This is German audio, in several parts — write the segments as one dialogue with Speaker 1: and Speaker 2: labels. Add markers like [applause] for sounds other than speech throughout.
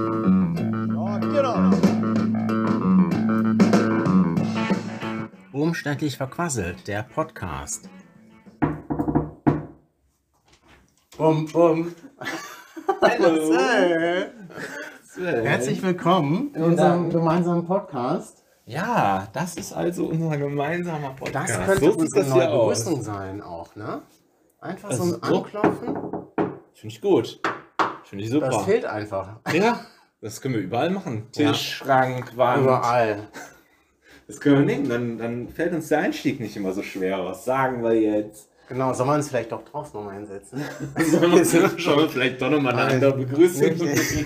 Speaker 1: Rock it on.
Speaker 2: Umständlich verquasselt, der Podcast.
Speaker 3: Bum, bum. Hallo.
Speaker 2: Herzlich willkommen in unserem gemeinsamen Podcast.
Speaker 3: Ja, das ist also unser gemeinsamer Podcast.
Speaker 2: Das könnte
Speaker 3: sieht
Speaker 2: unsere
Speaker 3: das
Speaker 2: neue
Speaker 3: hier aus.
Speaker 2: Begrüßung sein auch, ne? Einfach so
Speaker 3: Also
Speaker 2: ein
Speaker 3: so?
Speaker 2: Anklopfen,
Speaker 3: Finde ich gut. Finde ich
Speaker 2: das
Speaker 3: super.
Speaker 2: fehlt einfach.
Speaker 3: ja, das können wir überall machen.
Speaker 2: Ja.
Speaker 3: Tisch, Schrank,
Speaker 2: [laughs]
Speaker 3: Wand.
Speaker 2: Überall.
Speaker 3: Das können wir nehmen. Dann, dann fällt uns der Einstieg nicht immer so schwer. Was sagen wir
Speaker 2: [laughs]
Speaker 3: jetzt?
Speaker 2: Genau, soll man uns vielleicht doch draußen nochmal hinsetzen?
Speaker 3: Sollen wir- Schauen wir vielleicht doch nochmal eine
Speaker 2: Nein.
Speaker 3: andere Begrüßung.
Speaker 2: Ich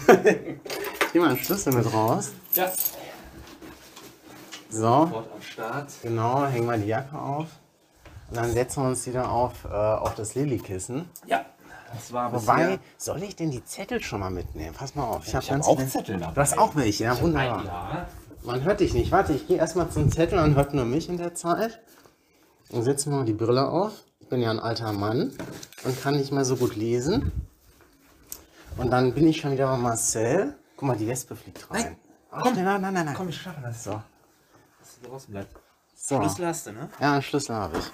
Speaker 2: nehme einen Schlüssel mit raus.
Speaker 3: ja.
Speaker 2: So,
Speaker 3: Wort am Start.
Speaker 2: genau, hängen wir die Jacke auf. Und dann setzen wir uns wieder auf, äh, auf das Lillikissen.
Speaker 3: Ja, das war
Speaker 2: Wobei, soll ich denn die Zettel schon mal mitnehmen? Pass mal auf, ich habe
Speaker 3: Ich habe
Speaker 2: ganz
Speaker 3: auch
Speaker 2: viel-
Speaker 3: Zettel dabei.
Speaker 2: Du hast auch welche, ja, wunderbar.
Speaker 3: Ja.
Speaker 2: Man hört dich nicht. Warte, ich gehe erstmal zum Zettel, man hört nur mich in der Zeit. Und setze mal die Brille auf. Ich bin ja ein alter Mann und kann nicht mehr so gut lesen. Und dann bin ich schon wieder bei Marcel. Guck mal, die Wespe fliegt rein.
Speaker 3: Nein,
Speaker 2: Oh,
Speaker 3: komm.
Speaker 2: schneller, nein, nein, nein.
Speaker 3: Komm, ich schaffe das.
Speaker 2: So.
Speaker 3: Dass du draußen bleibst.
Speaker 2: So.
Speaker 3: Schlüssel hast du, ne?
Speaker 2: Ja, einen Schlüssel habe ich.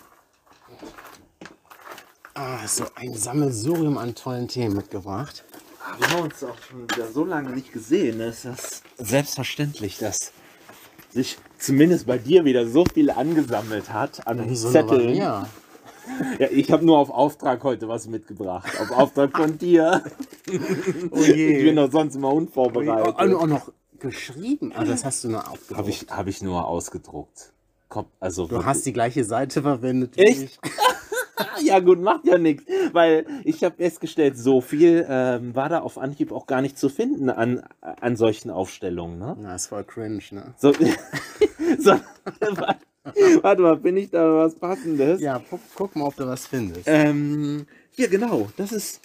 Speaker 2: Ah, so ein Sammelsurium an tollen Themen mitgebracht.
Speaker 3: Wir haben uns auch schon wieder so lange nicht gesehen. ne? Es ist das selbstverständlich, dass sich zumindest bei dir wieder so viel angesammelt hat an
Speaker 2: Wieso nur bei
Speaker 3: Zetteln. Ja,
Speaker 2: mir?
Speaker 3: ich habe nur auf Auftrag heute was mitgebracht. Auf Auftrag
Speaker 2: [laughs]
Speaker 3: von dir.
Speaker 2: Oh je.
Speaker 3: Ich bin doch sonst immer
Speaker 2: Oh,
Speaker 3: unvorbereitet.
Speaker 2: oh, auch noch geschrieben. Also das hast du nur aufgedruckt.
Speaker 3: Habe ich, hab ich nur ausgedruckt. Komm, also
Speaker 2: Du hast die gleiche Seite verwendet wie
Speaker 3: Echt?
Speaker 2: ich.
Speaker 3: Ah, Ja gut, macht ja nichts, weil ich habe festgestellt, so viel ähm, war da auf Anhieb auch gar nicht zu finden an, an solchen Aufstellungen. Ne?
Speaker 2: Na, ist voll cringe, ne?
Speaker 3: So, [laughs] so, warte, warte mal, bin ich da was Passendes?
Speaker 2: Ja, guck, guck mal, ob du was findest.
Speaker 3: Ähm, hier, genau, das ist,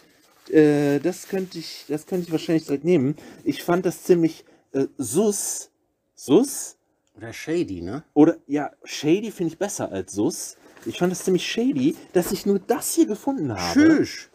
Speaker 3: äh, das könnte ich, das könnte ich wahrscheinlich direkt nehmen. Ich fand das ziemlich äh, sus, sus
Speaker 2: Oder shady, ne?
Speaker 3: oder, ja, shady finde ich besser als sus. Ich fand das ziemlich shady, dass ich nur das hier gefunden habe. [laughs]
Speaker 2: Tschüss.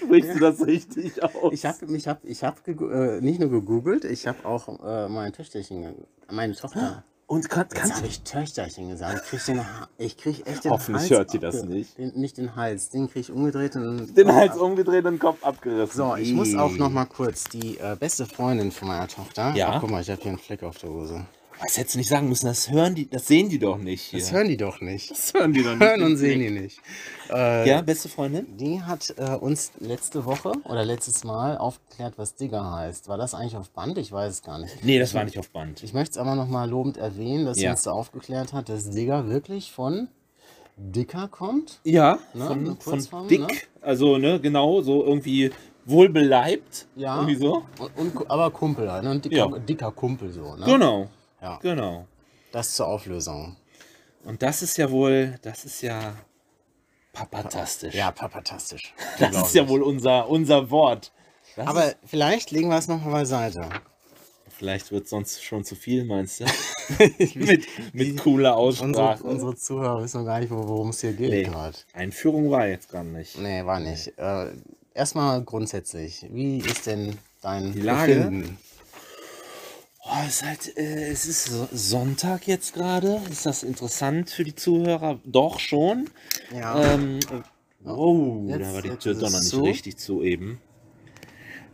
Speaker 3: Sprichst du das richtig aus?
Speaker 2: Ich habe ich hab, ich hab gego- äh, nicht nur gegoogelt, ich habe auch äh, mein Töchterchen, ge- meine Tochter.
Speaker 3: Und kann,
Speaker 2: Jetzt
Speaker 3: kannst
Speaker 2: habe
Speaker 3: du
Speaker 2: ich Töchterchen gesagt. Ich krieg, den, Ha- ich krieg echt den
Speaker 3: Hoffentlich
Speaker 2: Hals.
Speaker 3: hört sie das
Speaker 2: abge-
Speaker 3: nicht.
Speaker 2: Den, nicht den Hals, den krieg ich umgedreht und
Speaker 3: den Hals umgedreht und Kopf abgerissen.
Speaker 2: So, ich muss auch
Speaker 3: Ih.
Speaker 2: noch mal kurz die äh, beste Freundin von meiner Tochter.
Speaker 3: Ja?
Speaker 2: Ach, guck mal, ich habe hier einen Fleck auf der Hose.
Speaker 3: Das hättest du nicht sagen müssen, das hören die, das sehen die doch nicht. Hier.
Speaker 2: Das hören die doch nicht.
Speaker 3: das hören die doch
Speaker 2: hören und sehen die nicht. Äh,
Speaker 3: Ja, beste Freundin?
Speaker 2: Die hat äh, uns letzte Woche oder letztes Mal aufgeklärt, was Digger heißt. War das eigentlich auf Band? Ich weiß es gar nicht.
Speaker 3: Nee, das war nicht auf Band.
Speaker 2: Ich möchte es aber nochmal lobend erwähnen, dass sie
Speaker 3: Ja.
Speaker 2: uns da aufgeklärt hat, dass Digger wirklich von Dicker kommt.
Speaker 3: Ja,
Speaker 2: Ne, eine
Speaker 3: von,
Speaker 2: Kurzform,
Speaker 3: von dick, also ne, genau, so irgendwie wohlbeleibt.
Speaker 2: Ja.
Speaker 3: Irgendwie so.
Speaker 2: Und, und, Ku- aber Kumpel, halt, ne? Ein dicker,
Speaker 3: Ja.
Speaker 2: dicker Kumpel so. Ne?
Speaker 3: Genau,
Speaker 2: Ja.
Speaker 3: genau.
Speaker 2: Das zur Auflösung.
Speaker 3: Und das ist ja wohl, das ist ja papatastisch.
Speaker 2: Ja, papatastisch.
Speaker 3: [laughs] das ist ja wohl unser, unser Wort. Das ist-
Speaker 2: Aber vielleicht legen wir es nochmal beiseite.
Speaker 3: vielleicht wird sonst schon zu viel,
Speaker 2: [laughs]
Speaker 3: meinst du? mit, mit cooler
Speaker 2: Unsere,
Speaker 3: Aussprache.
Speaker 2: unsere Zuhörer wissen noch gar nicht, worum es hier geht
Speaker 3: Nee.
Speaker 2: gerade.
Speaker 3: Einführung war jetzt gar nicht.
Speaker 2: Nee, war nicht. Äh, erstmal grundsätzlich, wie ist denn dein
Speaker 3: Die Lage?
Speaker 2: Befinden?
Speaker 3: Oh, es, ist halt, äh, es ist So- Sonntag jetzt gerade. Ist das interessant für die Zuhörer? Doch schon.
Speaker 2: Ja.
Speaker 3: Ähm, oh,
Speaker 2: jetzt-
Speaker 3: da war die
Speaker 2: jetzt
Speaker 3: Tür
Speaker 2: ist
Speaker 3: doch noch
Speaker 2: es
Speaker 3: nicht
Speaker 2: zu.
Speaker 3: richtig zu eben.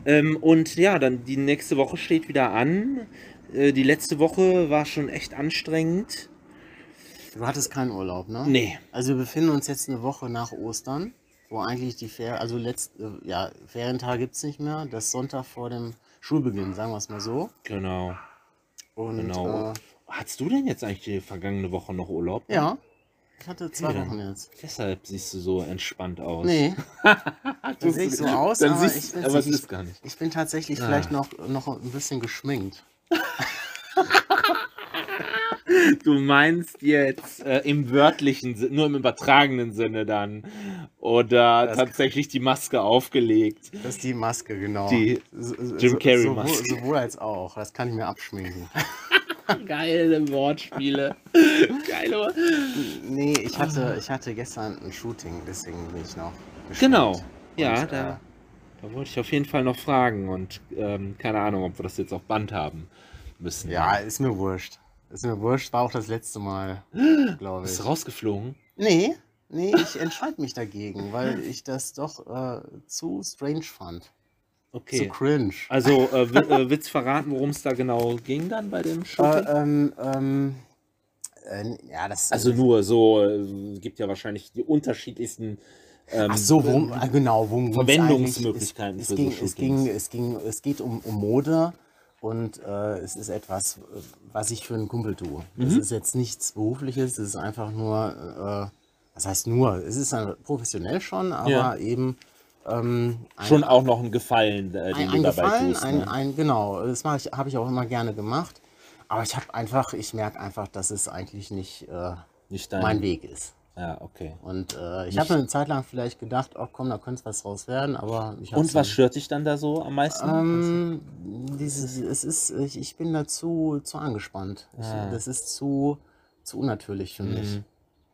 Speaker 3: Ähm, und ja, dann die nächste Woche steht wieder an. Äh, die letzte Woche war schon echt anstrengend.
Speaker 2: Du hattest keinen Urlaub, ne?
Speaker 3: Nee.
Speaker 2: Also wir befinden uns jetzt eine Woche nach Ostern, wo eigentlich die Ferien, also letzte, ja, Ferientage gibt es nicht mehr. Das Sonntag vor dem Schulbeginn, sagen wir es mal so.
Speaker 3: Genau,
Speaker 2: Und
Speaker 3: genau.
Speaker 2: äh,
Speaker 3: Hattest du denn jetzt eigentlich die vergangene Woche noch Urlaub?
Speaker 2: ja, ich hatte zwei
Speaker 3: Ja.
Speaker 2: Wochen jetzt.
Speaker 3: Deshalb siehst du so entspannt aus. [laughs]
Speaker 2: Nee, dann sehe ich so aus,
Speaker 3: Dann
Speaker 2: aber,
Speaker 3: siehst-
Speaker 2: ich bin,
Speaker 3: aber es
Speaker 2: ich-
Speaker 3: ist gar nicht.
Speaker 2: ich bin tatsächlich
Speaker 3: Ah.
Speaker 2: vielleicht noch, noch ein bisschen geschminkt.
Speaker 3: Du meinst jetzt äh, im wörtlichen Sinne, nur im übertragenen Sinne dann. Oder
Speaker 2: Das-
Speaker 3: tatsächlich die Maske aufgelegt.
Speaker 2: Das ist die Maske, genau.
Speaker 3: Die
Speaker 2: So- so-
Speaker 3: Jim
Speaker 2: so-
Speaker 3: Carrey
Speaker 2: sowohl-
Speaker 3: Maske.
Speaker 2: Sowohl als auch. Das kann ich mir abschminken.
Speaker 3: [laughs] Geile [laughs] Wortspiele. Geile
Speaker 2: Nee, ich
Speaker 3: Ah.
Speaker 2: hatte, ich hatte gestern ein Shooting, deswegen bin ich noch. geschminkt.
Speaker 3: Genau.
Speaker 2: Und,
Speaker 3: Ja,
Speaker 2: äh,
Speaker 3: da Da wollte ich auf jeden Fall noch fragen und ähm, keine Ahnung, ob wir das jetzt auf Band haben müssen.
Speaker 2: Ja, ist mir wurscht. Ist mir wurscht, war auch das letzte
Speaker 3: [gasps]
Speaker 2: Mal, glaube ich.
Speaker 3: Ist rausgeflogen?
Speaker 2: Nee, nee, ich entscheide mich dagegen, weil ich das doch äh, zu strange fand. Zu
Speaker 3: Okay.
Speaker 2: cringe.
Speaker 3: Also, äh, wi- äh, willst du verraten, worum es da genau ging dann bei dem Show?
Speaker 2: Äh, ähm, ähm, äh, ja, das
Speaker 3: also nur so, äh, gibt ja wahrscheinlich die unterschiedlichsten ähm,
Speaker 2: Ach so, worum, ah, genau, worum ging's
Speaker 3: Verwendungsmöglichkeiten
Speaker 2: eigentlich?
Speaker 3: für so
Speaker 2: es, es, ging, es, ging, es, ging, es geht um, um Mode und äh, es ist etwas, äh, was ich für einen Kumpel tue.
Speaker 3: Mhm.
Speaker 2: Es ist jetzt nichts Berufliches, es ist einfach nur, äh, das heißt nur, es ist äh, professionell schon, aber
Speaker 3: Ja.
Speaker 2: eben ähm, ein,
Speaker 3: schon auch noch ein Gefallen, äh,
Speaker 2: ein,
Speaker 3: den
Speaker 2: ein
Speaker 3: du dabei
Speaker 2: Gefallen,
Speaker 3: tust.
Speaker 2: ein,
Speaker 3: Ne?
Speaker 2: ein, genau, das mache ich, habe ich auch immer gerne gemacht. Aber ich habe einfach, ich merke einfach, dass es eigentlich nicht äh,
Speaker 3: Nicht dein.
Speaker 2: mein Weg ist.
Speaker 3: Ja, okay.
Speaker 2: Und äh, ich habe eine Zeit lang vielleicht gedacht, oh komm, da könnte was raus werden, aber ich hab's
Speaker 3: Und was ne? Also
Speaker 2: nicht.
Speaker 3: stört dich dann da so am meisten?
Speaker 2: Ähm, dieses, es ist, ich, ich bin da zu, zu angespannt. Ich, Das ist zu, zu unnatürlich für mich.
Speaker 3: Mhm.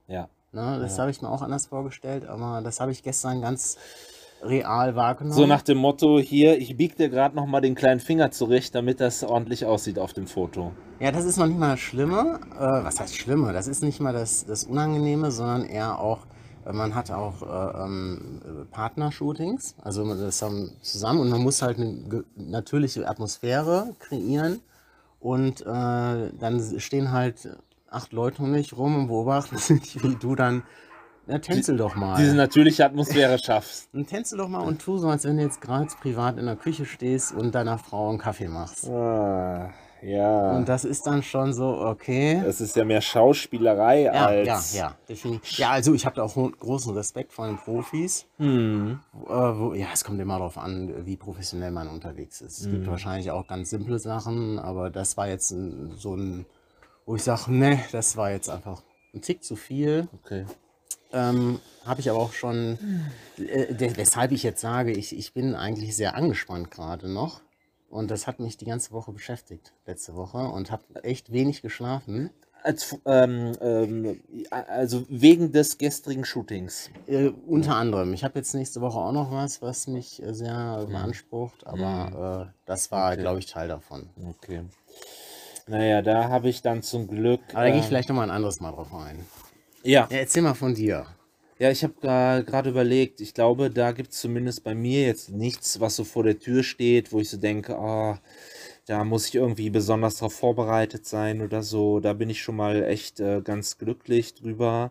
Speaker 3: ja.
Speaker 2: Ne? Das habe ich mir auch anders vorgestellt, aber das habe ich gestern ganz real wahrgenommen.
Speaker 3: So nach dem Motto, hier, ich bieg dir gerade nochmal den kleinen Finger zurecht, damit das ordentlich aussieht auf dem Foto.
Speaker 2: ja, das ist noch nicht mal das Schlimme. Äh, was heißt Schlimme? Das ist nicht mal das, das Unangenehme, sondern eher auch, äh, man hat auch äh, ähm, äh, Partnershootings, also man- das haben zusammen und man muss halt eine ge- natürliche Atmosphäre kreieren. Und äh, dann stehen halt acht Leute um mich rum und beobachten [laughs] mich, wie du dann, na tänzel doch mal.
Speaker 3: Diese natürliche Atmosphäre schaffst.
Speaker 2: Dann tänzel doch mal und tu so, als wenn du jetzt gerade privat in der Küche stehst und deiner Frau einen Kaffee machst.
Speaker 3: [laughs] Ah, ja.
Speaker 2: Und das ist dann schon so, okay.
Speaker 3: das ist ja mehr Schauspielerei
Speaker 2: Ja, ja,
Speaker 3: als.
Speaker 2: ja, definitiv. Ja, also ich habe da auch ho- großen Respekt vor den Profis. Äh, wo, ja, es kommt immer darauf an, wie professionell man unterwegs ist. Es gibt wahrscheinlich auch ganz simple Sachen, aber das war jetzt ein, so ein, wo ich sage, ne, das war jetzt einfach ein Tick zu viel.
Speaker 3: Okay.
Speaker 2: Ähm, habe ich aber auch schon, äh, de- weshalb ich jetzt sage, ich, ich bin eigentlich sehr angespannt gerade noch. Und das hat mich die ganze Woche beschäftigt, letzte Woche, und habe echt wenig geschlafen.
Speaker 3: Als, ähm, ähm, also wegen des gestrigen Shootings.
Speaker 2: Äh, unter anderem. Ich habe jetzt nächste Woche auch noch was, was mich äh, sehr beansprucht, aber äh, das war, glaube ich, Teil davon.
Speaker 3: Okay. Naja, da habe ich dann zum Glück.
Speaker 2: Aber da gehe ich
Speaker 3: ähm,
Speaker 2: vielleicht nochmal ein anderes Mal drauf ein.
Speaker 3: ja.
Speaker 2: Ja, erzähl mal von dir.
Speaker 3: Ja, ich habe gerade überlegt, ich glaube, da gibt es zumindest bei mir jetzt nichts, was so vor der Tür steht, wo ich so denke, ah, da muss ich irgendwie besonders darauf vorbereitet sein oder so. Da bin ich schon mal echt äh, ganz glücklich drüber.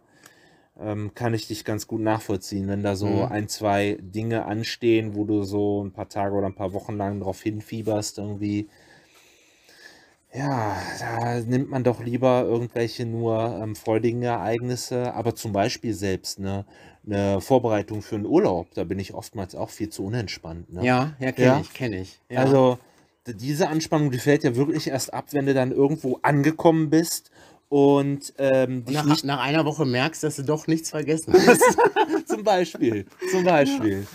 Speaker 3: Ähm, kann ich dich ganz gut nachvollziehen, wenn da so ein, zwei Dinge anstehen, wo du so ein paar Tage oder ein paar Wochen lang drauf hinfieberst irgendwie. Ja, da nimmt man doch lieber irgendwelche nur ähm, freudigen Ereignisse, aber zum Beispiel selbst ne, eine Vorbereitung für einen Urlaub, da bin ich oftmals auch viel zu unentspannt. Ne?
Speaker 2: Ja, ja, kenne
Speaker 3: Ja.
Speaker 2: ich, kenne ich. Ja.
Speaker 3: Also d- diese Anspannung, die fällt ja wirklich erst ab, wenn du dann irgendwo angekommen bist und ähm, [laughs] dich
Speaker 2: nach,
Speaker 3: nicht
Speaker 2: nach einer Woche merkst du, dass du doch nichts [laughs] vergessen hast.
Speaker 3: zum Beispiel, zum Beispiel.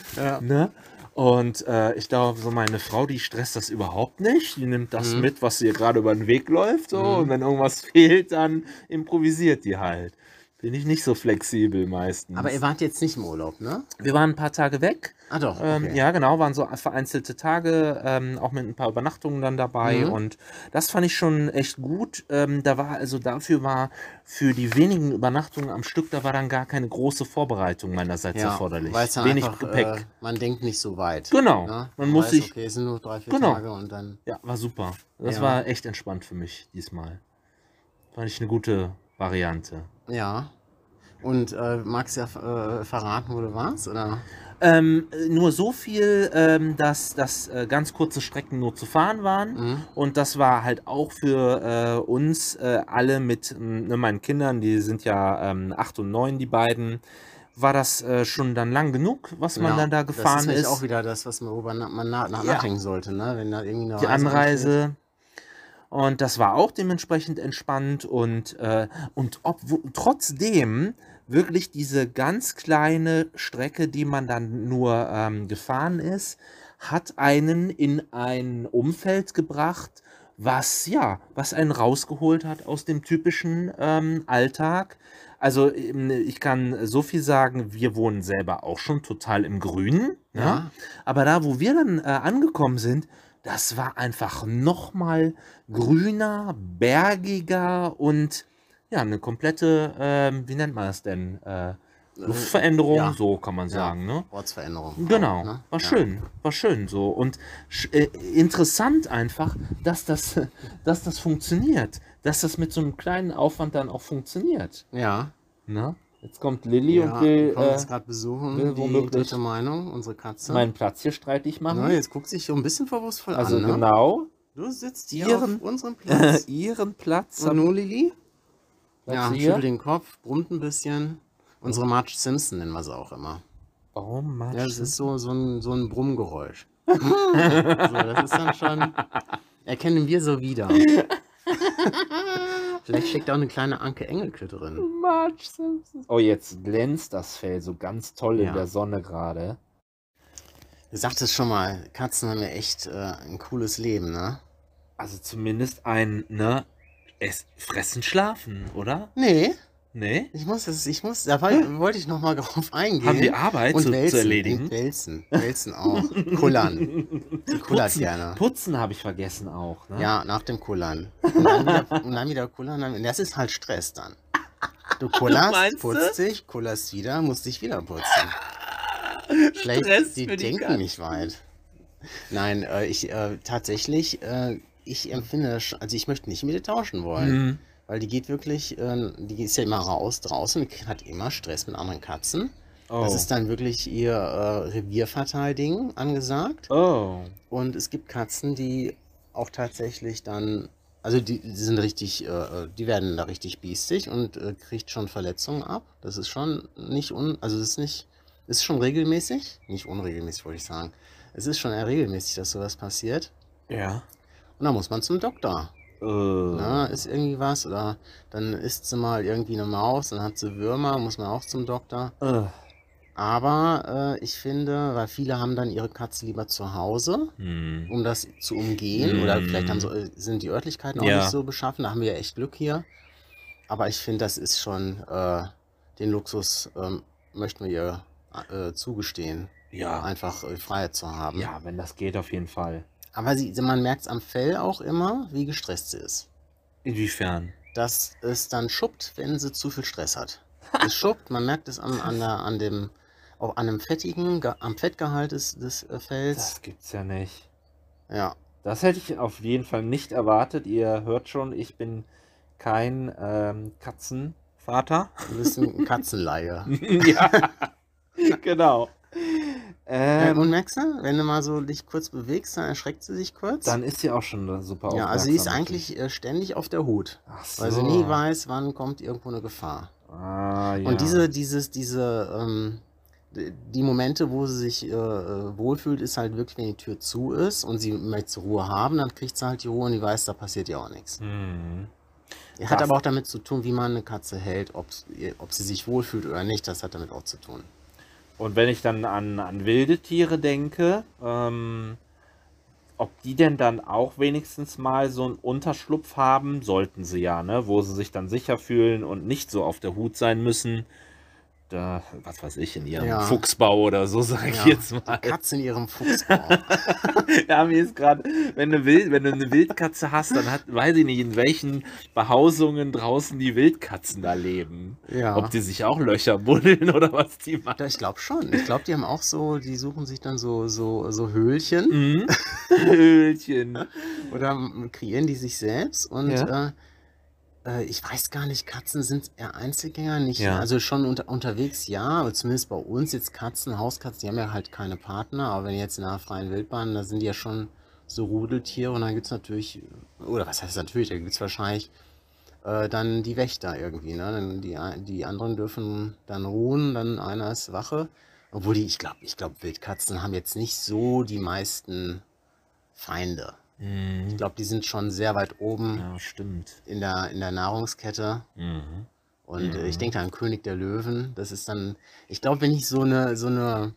Speaker 3: Ne? Und äh, ich glaube, so meine Frau, die stresst das überhaupt nicht. Die nimmt das mit, was ihr gerade über den Weg läuft. So. Und wenn irgendwas [laughs] fehlt, dann improvisiert die halt. Bin ich nicht so flexibel meistens.
Speaker 2: aber ihr wart jetzt nicht im Urlaub, ne?
Speaker 3: wir waren ein paar Tage weg.
Speaker 2: Ah doch,
Speaker 3: Ähm,
Speaker 2: okay.
Speaker 3: Ja, genau, waren so vereinzelte Tage, ähm, auch mit ein paar Übernachtungen dann dabei.
Speaker 2: Mhm.
Speaker 3: Und das fand ich schon echt gut. Ähm, da war also dafür war für die wenigen Übernachtungen am Stück, da war dann gar keine große Vorbereitung meinerseits erforderlich.
Speaker 2: Weil es dann
Speaker 3: Wenig
Speaker 2: einfach,
Speaker 3: Gepäck.
Speaker 2: Äh, man denkt nicht so weit.
Speaker 3: Genau.
Speaker 2: Ne?
Speaker 3: Man muss
Speaker 2: weiß,
Speaker 3: sich-
Speaker 2: Okay, es sind nur drei, vier
Speaker 3: Genau.
Speaker 2: Tage und dann.
Speaker 3: ja, war super. Das
Speaker 2: Ja.
Speaker 3: war echt entspannt für mich diesmal. Fand ich eine gute Variante.
Speaker 2: Ja. Und äh, magst du ja äh, verraten, wo du warst? Oder?
Speaker 3: Ähm, äh, nur so viel, ähm, dass, dass äh, ganz kurze Strecken nur zu fahren waren.
Speaker 2: Hm?
Speaker 3: Und das war halt auch für äh, uns äh, alle mit m, ne, meinen Kindern, die sind ja ähm, 8 und 9, die beiden, war das äh, schon dann lang genug, was man
Speaker 2: Ja,
Speaker 3: dann da
Speaker 2: Das
Speaker 3: gefahren
Speaker 2: ist,
Speaker 3: ist.
Speaker 2: nämlich auch wieder das, was man, worüber na- man na, nach,
Speaker 3: Ja.
Speaker 2: nachdenken sollte, ne? Wenn da irgendwie eine
Speaker 3: die
Speaker 2: Reise ansteht.
Speaker 3: Anreise. Und das war auch dementsprechend entspannt und, äh, und ob, wo, trotzdem wirklich diese ganz kleine Strecke, die man dann nur ähm, gefahren ist, hat einen in ein Umfeld gebracht, was ja, was einen rausgeholt hat aus dem typischen ähm, Alltag, Also ähm, ich kann so viel sagen, wir wohnen selber auch schon total im Grünen. Ne?
Speaker 2: Ja.
Speaker 3: Aber da, wo wir dann äh, angekommen sind, das war einfach nochmal grüner, bergiger und ja, eine komplette, ähm, wie nennt man das denn? Äh, Luftveränderung,
Speaker 2: ja.
Speaker 3: so kann man sagen, ne?
Speaker 2: Ortsveränderung.
Speaker 3: Genau,
Speaker 2: auch, ne? Ja.
Speaker 3: war schön, war schön so. Und sch äh, interessant einfach, dass das, [laughs] dass das funktioniert, dass das mit so einem kleinen Aufwand dann auch funktioniert.
Speaker 2: Ja.
Speaker 3: Ne? Jetzt kommt Lilly
Speaker 2: Ja,
Speaker 3: und will
Speaker 2: die kommt uns
Speaker 3: äh,
Speaker 2: gerade besuchen,
Speaker 3: will
Speaker 2: die
Speaker 3: womöglich-
Speaker 2: dritte Meinung, unsere Katze.
Speaker 3: meinen Platz hier streitig machen.
Speaker 2: Na, jetzt guckt sich so ein bisschen vorwurfsvoll
Speaker 3: also
Speaker 2: an, ne?
Speaker 3: genau,
Speaker 2: Du sitzt hier
Speaker 3: Ihren-
Speaker 2: auf unserem
Speaker 3: [laughs]
Speaker 2: Platz.
Speaker 3: ihren Platz.
Speaker 2: Und nur Lili?
Speaker 3: Bleibt
Speaker 2: Ja,
Speaker 3: sie
Speaker 2: schüttelt
Speaker 3: hier?
Speaker 2: den Kopf, brummt ein bisschen. Unsere Marge Simpson nennen wir sie auch immer.
Speaker 3: Oh Mann.
Speaker 2: Ja, das ist so, so, ein, so ein [laughs] Brummgeräusch. so, das ist dann schon. Erkennen wir so [laughs] wieder. Vielleicht steckt auch eine kleine Anke Engelke drin.
Speaker 3: Marge Simpson. Oh, jetzt glänzt das Fell so ganz toll
Speaker 2: Ja.
Speaker 3: in der Sonne gerade.
Speaker 2: Du sagtest schon mal, Katzen haben ja echt äh, ein cooles Leben, ne?
Speaker 3: Also zumindest ein, ne? Es fressen, schlafen, oder?
Speaker 2: Nee,
Speaker 3: Nee?
Speaker 2: ich muss, das, ich muss, da war, wollte ich nochmal [laughs] drauf eingehen.
Speaker 3: Haben die Arbeit zu, zu erledigen?
Speaker 2: und Wälzen, Wälzen auch. Kullern.
Speaker 3: [laughs]
Speaker 2: Die kullert gerne.
Speaker 3: Putzen habe ich vergessen auch. Ne?
Speaker 2: Ja, nach dem Kullern. Und dann
Speaker 3: [laughs]
Speaker 2: wieder, und dann wieder Kullern. Dann, das ist halt Stress dann. Du kullerst,
Speaker 3: Meinst [laughs] du?
Speaker 2: putzt dich, kullerst wieder, musst dich wieder
Speaker 3: [laughs]
Speaker 2: putzen. Vielleicht,
Speaker 3: Stress
Speaker 2: die
Speaker 3: für die
Speaker 2: denken
Speaker 3: Katze.
Speaker 2: nicht weit. Nein, äh, ich äh, tatsächlich, äh, ich empfinde, das sch- also ich möchte nicht mit ihr tauschen wollen.
Speaker 3: Mhm.
Speaker 2: Weil die geht wirklich, äh, die ist ja immer raus draußen, die hat immer Stress mit anderen Katzen.
Speaker 3: Oh.
Speaker 2: Das ist dann wirklich ihr äh, Revierverteidigen angesagt.
Speaker 3: oh.
Speaker 2: Und es gibt Katzen, die auch tatsächlich dann, also die, die sind richtig, äh, die werden da richtig biestig und äh, kriegt schon Verletzungen ab. Das ist schon nicht un, also es ist nicht, ist schon regelmäßig, nicht unregelmäßig wollte ich sagen. Es ist schon eher regelmäßig, dass sowas passiert.
Speaker 3: Ja.
Speaker 2: Und dann muss man zum Doktor.
Speaker 3: Äh.
Speaker 2: Na, ist irgendwie was oder dann isst sie mal irgendwie eine Maus, dann hat sie Würmer, muss man auch zum Doktor.
Speaker 3: Äh.
Speaker 2: Aber äh, ich finde, weil viele haben dann ihre Katze lieber zu Hause
Speaker 3: Hm.
Speaker 2: um das zu umgehen.
Speaker 3: Mm.
Speaker 2: Oder vielleicht haben so, äh, sind die Örtlichkeiten auch
Speaker 3: Ja.
Speaker 2: nicht so beschaffen. Da haben wir ja echt Glück hier. Aber ich finde, das ist schon äh, den Luxus, ähm, möchten wir ihr äh, zugestehen,
Speaker 3: Ja.
Speaker 2: einfach äh, Freiheit zu haben.
Speaker 3: Ja, wenn das geht, auf jeden Fall.
Speaker 2: Aber sie, man merkt es am Fell auch immer, wie gestresst sie ist.
Speaker 3: Inwiefern?
Speaker 2: Dass es dann schuppt, wenn sie zu viel Stress
Speaker 3: [laughs]
Speaker 2: hat. Es schuppt, man merkt es an, an, der, an dem, auch an dem fettigen, Ge- am Fettgehalt des, des äh, Fells.
Speaker 3: Das gibt's ja nicht.
Speaker 2: Ja,
Speaker 3: Das hätte ich auf jeden Fall nicht erwartet. Ihr hört schon, ich bin kein ähm, [laughs] Katzenvater.
Speaker 2: ein bisschen
Speaker 3: [laughs]
Speaker 2: Katzenleier.
Speaker 3: ja. genau.
Speaker 2: Ähm,
Speaker 3: Ähm,
Speaker 2: und merkst du, wenn du mal so dich kurz bewegst, dann erschreckt sie sich kurz.
Speaker 3: dann ist sie auch schon super
Speaker 2: ja, also sie ist
Speaker 3: aufmerksam
Speaker 2: eigentlich äh, ständig auf der Hut,
Speaker 3: Ach so.
Speaker 2: weil sie nie weiß, wann kommt irgendwo eine Gefahr.
Speaker 3: Ah, ja.
Speaker 2: Und diese, dieses, diese, ähm, d- die Momente, wo sie sich äh, äh, wohlfühlt, ist halt wirklich, wenn die Tür zu ist und sie möchte Ruhe haben, dann kriegt sie halt die Ruhe und die weiß, da passiert ja auch nichts.
Speaker 3: Hm.
Speaker 2: Hat
Speaker 3: Das-
Speaker 2: aber auch damit zu tun, wie man eine Katze hält, ob, ob sie sich wohlfühlt oder nicht, das hat damit auch zu tun.
Speaker 3: Und wenn ich dann an, an wilde Tiere denke, ähm, ob die denn dann auch wenigstens mal so einen Unterschlupf haben, sollten sie ja, ne? Wo sie sich dann sicher fühlen und nicht so auf der Hut sein müssen. Da, was weiß ich, in ihrem
Speaker 2: Ja.
Speaker 3: Fuchsbau oder so, sage
Speaker 2: Ja,
Speaker 3: ich jetzt mal. [laughs]
Speaker 2: Die Katze in ihrem Fuchsbau.
Speaker 3: Ja, mir ist gerade, wenn, du Wild- wenn du eine Wildkatze hast, dann hat, weiß ich nicht, in welchen Behausungen draußen die Wildkatzen da leben.
Speaker 2: ja.
Speaker 3: Ob die sich auch Löcher buddeln oder was die machen.
Speaker 2: Ja, ich glaube schon. Ich glaube, die haben auch so, die suchen sich dann so, so, so Höhlchen
Speaker 3: [laughs] Mhm. Höhlchen.
Speaker 2: oder m- kreieren die sich selbst. Und
Speaker 3: Ja.
Speaker 2: äh, äh, ich weiß gar nicht, Katzen sind eher Einzelgänger, nicht?
Speaker 3: Ja.
Speaker 2: Also schon unter, unterwegs, ja, aber zumindest bei uns jetzt Katzen, Hauskatzen, die haben ja halt keine Partner, aber wenn die jetzt in einer freien Wildbahn, da sind die ja schon so Rudeltiere und dann gibt es natürlich, oder was heißt natürlich, da gibt es wahrscheinlich äh, dann die Wächter irgendwie, ne? Dann die, ein- die anderen dürfen dann ruhen, dann einer ist Wache. Obwohl die, ich glaube, ich glaube, Wildkatzen haben jetzt nicht so die meisten Feinde. Ich glaube, die sind schon sehr weit oben
Speaker 3: Mhm. Ja, stimmt.
Speaker 2: in, der, in der Nahrungskette.
Speaker 3: Mhm.
Speaker 2: Und äh, ich
Speaker 3: Mhm.
Speaker 2: denke an König der Löwen. Das ist dann, ich glaube, wenn ich so eine, so eine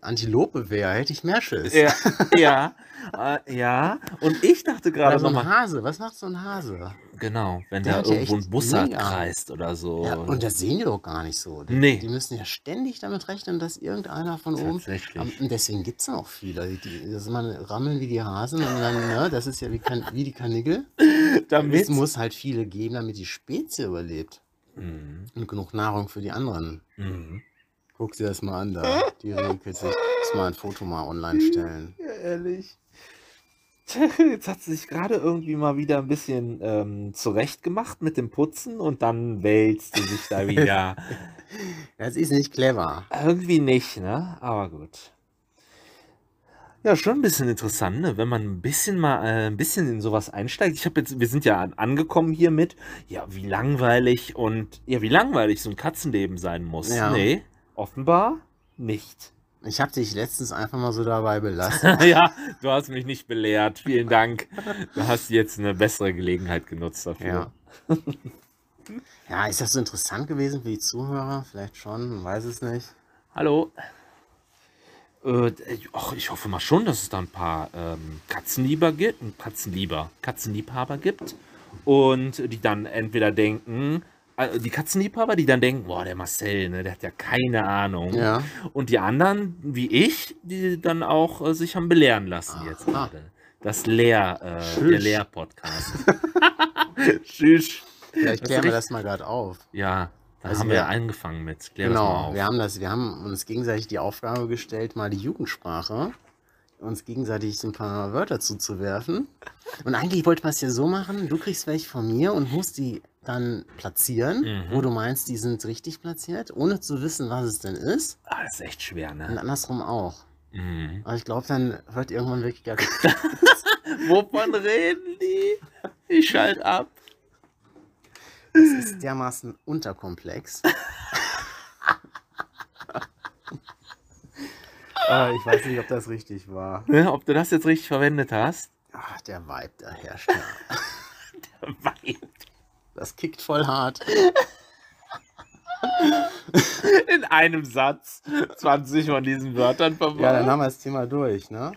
Speaker 2: Antilope wäre, hätte ich mehr Schiss.
Speaker 3: Ja, ja, äh, ja. Und ich dachte
Speaker 2: Oder
Speaker 3: gerade
Speaker 2: so ein
Speaker 3: nochmal.
Speaker 2: Hase. Was macht so ein Hase?
Speaker 3: Also Genau, wenn
Speaker 2: Der
Speaker 3: da
Speaker 2: hat ja
Speaker 3: irgendwo
Speaker 2: echt
Speaker 3: ein Bussard
Speaker 2: mega-
Speaker 3: kreist oder so.
Speaker 2: Ja, und das sehen die doch gar nicht so. Die,
Speaker 3: Oh. Nee.
Speaker 2: die müssen ja ständig damit rechnen, dass irgendeiner von oben.
Speaker 3: Tatsächlich.
Speaker 2: Am- Und deswegen gibt es auch viele. Die, die das man rammeln wie die Hasen und dann, ne, das ist ja wie, kan wie die Kanickel.
Speaker 3: damit.
Speaker 2: Es muss halt viele geben, damit die Spezie überlebt.
Speaker 3: Mhm.
Speaker 2: Und genug Nahrung für die anderen.
Speaker 3: Mhm.
Speaker 2: Guck dir das mal an da. Die regelt sich. Muss mal ein Foto mal online stellen.
Speaker 3: Ja, ehrlich. [laughs] Jetzt hat sie sich gerade irgendwie mal wieder ein bisschen ähm, zurecht gemacht mit dem Putzen und dann wälzt sie sich [laughs] da wieder.
Speaker 2: Das ist nicht clever.
Speaker 3: irgendwie nicht, ne? Aber gut. Ja, schon ein bisschen interessant, ne? wenn man ein bisschen mal äh, ein bisschen in sowas einsteigt. Ich habe jetzt, wir sind ja an, angekommen hier mit, ja, wie langweilig und ja, wie langweilig so ein Katzenleben sein muss.
Speaker 2: Ja.
Speaker 3: Nee, offenbar
Speaker 2: [laughs]
Speaker 3: nicht.
Speaker 2: Ich habe dich letztens einfach mal so dabei belassen.
Speaker 3: ja, du hast mich nicht belehrt. Vielen Dank. Du hast jetzt eine bessere Gelegenheit genutzt dafür.
Speaker 2: Ja. [laughs] Ja, ist das so interessant gewesen für die Zuhörer? Vielleicht schon, man weiß es nicht.
Speaker 3: Hallo. Äh, d- ach, ich hoffe mal schon, dass es da ein paar ähm, Katzenlieber gibt, Katzenlieber, Katzenliebhaber gibt und die dann entweder denken, äh, die Katzenliebhaber, die dann denken, boah, der Marcel, ne, der hat ja keine Ahnung.
Speaker 2: Ja.
Speaker 3: Und die anderen, wie ich, die dann auch äh, sich haben belehren lassen jetzt
Speaker 2: Aha.
Speaker 3: gerade. Das Lehr, äh,
Speaker 2: Tschüss. [laughs]
Speaker 3: der Lehr-Podcast. Tschüss.
Speaker 2: Vielleicht
Speaker 3: Das
Speaker 2: klären wir
Speaker 3: riecht-
Speaker 2: das mal gerade auf.
Speaker 3: Ja, da
Speaker 2: Also
Speaker 3: haben wir
Speaker 2: wir-
Speaker 3: angefangen mit. Klär das mal
Speaker 2: Genau,
Speaker 3: auf.
Speaker 2: wir haben, das, wir haben uns gegenseitig die Aufgabe gestellt, mal die Jugendsprache uns gegenseitig so ein paar Wörter zuzuwerfen. Und eigentlich wollte man es ja so machen, du kriegst welche von mir und musst die dann platzieren,
Speaker 3: Mhm.
Speaker 2: wo du meinst, die sind richtig platziert, ohne zu wissen, was es denn ist.
Speaker 3: Ah, das ist echt schwer,
Speaker 2: Und
Speaker 3: ne?
Speaker 2: andersrum auch.
Speaker 3: Mhm.
Speaker 2: Aber ich glaube, dann hört irgendwann wirklich gar keiner.
Speaker 3: Wovon reden die? Ich schalt ab.
Speaker 2: Das [laughs] ist dermaßen unterkomplex. Ah, ich weiß nicht, ob das richtig war.
Speaker 3: Ne, ob du das jetzt richtig verwendet hast?
Speaker 2: Ach, Ah, der Vibe, der herrscht. ja.
Speaker 3: Weit.
Speaker 2: Das kickt voll hart.
Speaker 3: In einem Satz 20 von diesen Wörtern
Speaker 2: Ja,
Speaker 3: verwandt.
Speaker 2: dann haben wir das Thema durch, ne?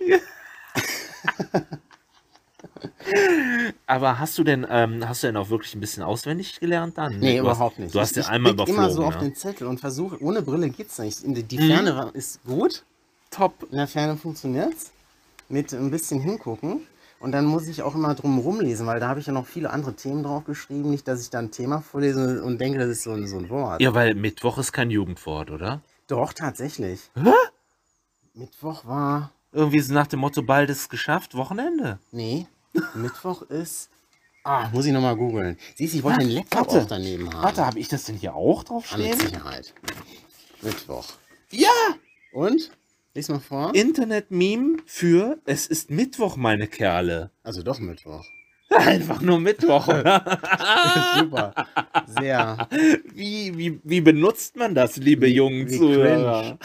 Speaker 3: Aber hast du denn, ähm, hast du denn auch wirklich ein bisschen auswendig gelernt dann?
Speaker 2: Nee,
Speaker 3: du
Speaker 2: überhaupt
Speaker 3: hast,
Speaker 2: nicht.
Speaker 3: Du hast ja
Speaker 2: ich, ich
Speaker 3: einmal
Speaker 2: blick
Speaker 3: überflogen.
Speaker 2: immer so auf
Speaker 3: ne?
Speaker 2: den Zettel und versuche, ohne Brille geht's nicht. In die, die
Speaker 3: Mhm.
Speaker 2: Ferne war- ist gut,
Speaker 3: Top.
Speaker 2: in der Ferne funktioniert's. Mit ein bisschen hingucken. Und dann muss ich auch immer drum rumlesen, weil da habe ich ja noch viele andere Themen drauf geschrieben. Nicht, dass ich da ein Thema vorlese und denke, das ist so ein, so ein Wort.
Speaker 3: Ja, weil Mittwoch ist kein Jugendwort, oder?
Speaker 2: Doch, tatsächlich. Mittwoch war.
Speaker 3: Irgendwie so nach dem Motto, bald ist es geschafft, Wochenende.
Speaker 2: Nee, Mittwoch ist. Ah, muss ich nochmal googeln. Siehst du, ich wollte den Laptop
Speaker 3: warte.
Speaker 2: auch daneben haben.
Speaker 3: Warte, habe ich das denn hier auch drauf
Speaker 2: Ah, mit
Speaker 3: stehen?
Speaker 2: Sicherheit. Mittwoch.
Speaker 3: Ja!
Speaker 2: Und? Lies mal vor.
Speaker 3: Internet-Meme für Es ist Mittwoch, meine Kerle.
Speaker 2: Also doch Mittwoch.
Speaker 3: Einfach nur Mittwoch, [laughs] oder? Ah.
Speaker 2: [laughs] Super. Sehr.
Speaker 3: Wie, wie, wie benutzt man das, liebe jungen
Speaker 2: wie
Speaker 3: Zuhörer?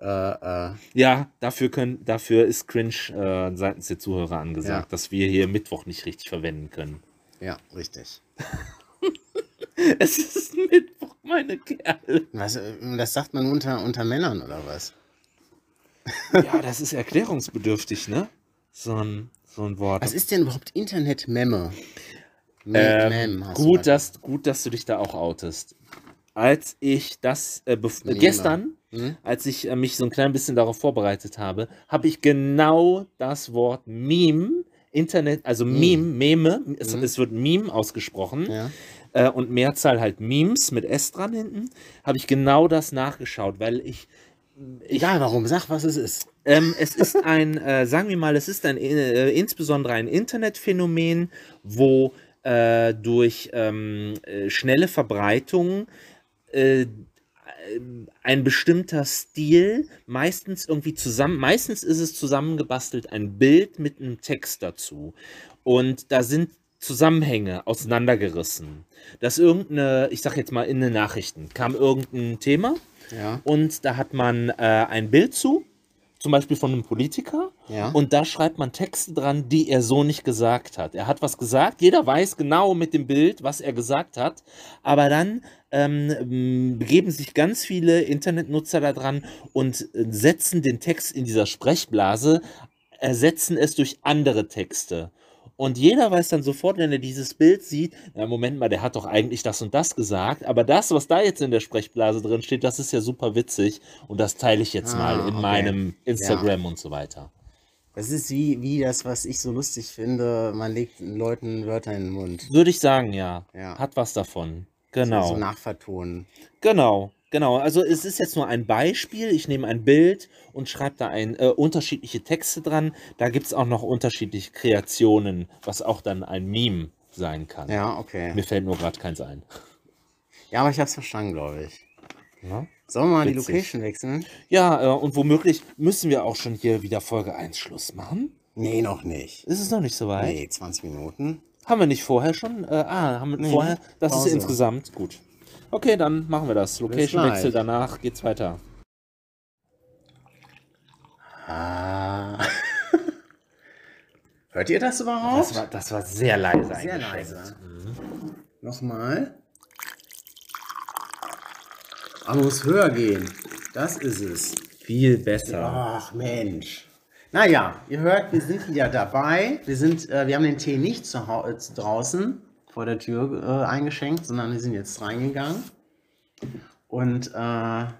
Speaker 2: Äh, äh,
Speaker 3: Ja, dafür, können, dafür ist Cringe äh, seitens der Zuhörer angesagt,
Speaker 2: Ja.
Speaker 3: dass wir hier Mittwoch nicht richtig
Speaker 2: [laughs]
Speaker 3: verwenden können.
Speaker 2: ja, richtig.
Speaker 3: Es ist Mittwoch, meine Kerle.
Speaker 2: Was, äh, das sagt man unter, unter Männern oder was?
Speaker 3: Ja, das ist erklärungsbedürftig, ne? So ein, so ein Wort.
Speaker 2: Was ist denn überhaupt Internet-Memme? Me-
Speaker 3: Ähm,
Speaker 2: Also, Mem hast du mal-
Speaker 3: gut, dass, gut, dass du dich da auch outest. Als ich das äh, bef- äh,
Speaker 2: Meme.
Speaker 3: gestern,
Speaker 2: Hm?
Speaker 3: als ich äh, mich so ein klein bisschen darauf vorbereitet habe, habe ich genau das Wort Meme, Internet, also Meme, Meme, es,
Speaker 2: Mhm.
Speaker 3: es wird Meme ausgesprochen
Speaker 2: Ja.
Speaker 3: äh, und Mehrzahl halt Memes mit S dran hinten, habe ich genau das nachgeschaut, weil ich, ich
Speaker 2: Egal warum, sag, was es ist.
Speaker 3: ähm, es ist ein, äh, sagen wir mal, es ist ein, äh, insbesondere ein Internetphänomen, wo äh, durch ähm, äh, schnelle Verbreitung äh, ein bestimmter Stil, meistens irgendwie zusammen, meistens ist es zusammengebastelt, ein Bild mit einem Text dazu. Und da sind Zusammenhänge auseinandergerissen. Dass irgendeine, ich sag jetzt mal in den Nachrichten, kam irgendein Thema
Speaker 2: Ja.
Speaker 3: und da hat man äh, ein Bild zu zum Beispiel von einem Politiker
Speaker 2: Ja.
Speaker 3: und da schreibt man Texte dran, die er so nicht gesagt hat. Er hat was gesagt, jeder weiß genau mit dem Bild, was er gesagt hat, aber dann ähm, m, begeben sich ganz viele Internetnutzer da dran und äh, setzen den Text in dieser Sprechblase, ersetzen es durch andere Texte. Und jeder weiß dann sofort, wenn er dieses Bild sieht, na Moment mal, der hat doch eigentlich das und das gesagt, aber das, was da jetzt in der Sprechblase drin steht, das ist ja super witzig und das teile ich jetzt
Speaker 2: Ah,
Speaker 3: mal in
Speaker 2: okay.
Speaker 3: meinem Instagram und so weiter.
Speaker 2: Das ist wie, wie das, was ich so lustig finde. Man legt Leuten Wörter in den Mund.
Speaker 3: Würde ich sagen, ja.
Speaker 2: Ja.
Speaker 3: Hat was davon.
Speaker 2: So
Speaker 3: Genau.
Speaker 2: nachvertonen.
Speaker 3: Genau. Genau. Also es ist jetzt nur ein Beispiel. Ich nehme ein Bild und schreibe da ein, äh, unterschiedliche Texte dran. Da gibt es auch noch unterschiedliche Kreationen, was auch dann ein Meme sein kann.
Speaker 2: Ja, okay.
Speaker 3: Mir fällt nur gerade keins ein.
Speaker 2: Ja, aber ich hab's verstanden, glaube ich.
Speaker 3: Ja?
Speaker 2: Sollen wir mal
Speaker 3: Witzig.
Speaker 2: die Location wechseln?
Speaker 3: Ja, äh, und womöglich müssen wir auch schon hier wieder Folge 1 Schluss machen.
Speaker 2: Nee, noch nicht.
Speaker 3: Ist es noch nicht so weit?
Speaker 2: Nee, 20 Minuten.
Speaker 3: Haben wir nicht vorher schon? Äh, ah, haben wir
Speaker 2: Nee,
Speaker 3: vorher? Das
Speaker 2: Pause.
Speaker 3: ist insgesamt gut. Okay, dann machen wir das.
Speaker 2: gleich.
Speaker 3: Location-Wechsel, danach geht's weiter.
Speaker 2: Ah. [laughs] Hört ihr das überhaupt?
Speaker 3: Das war, das war sehr leise
Speaker 2: Sehr
Speaker 3: eingeschränkt.
Speaker 2: leise. Nochmal. Aber muss höher gehen. Das ist es.
Speaker 3: Viel besser.
Speaker 2: Ach Mensch. Naja, ihr hört, wir sind wieder dabei. Wir, sind, äh, wir haben den Tee nicht zu Hau- äh, draußen vor der Tür äh, eingeschenkt, sondern wir sind jetzt reingegangen. Und äh, wir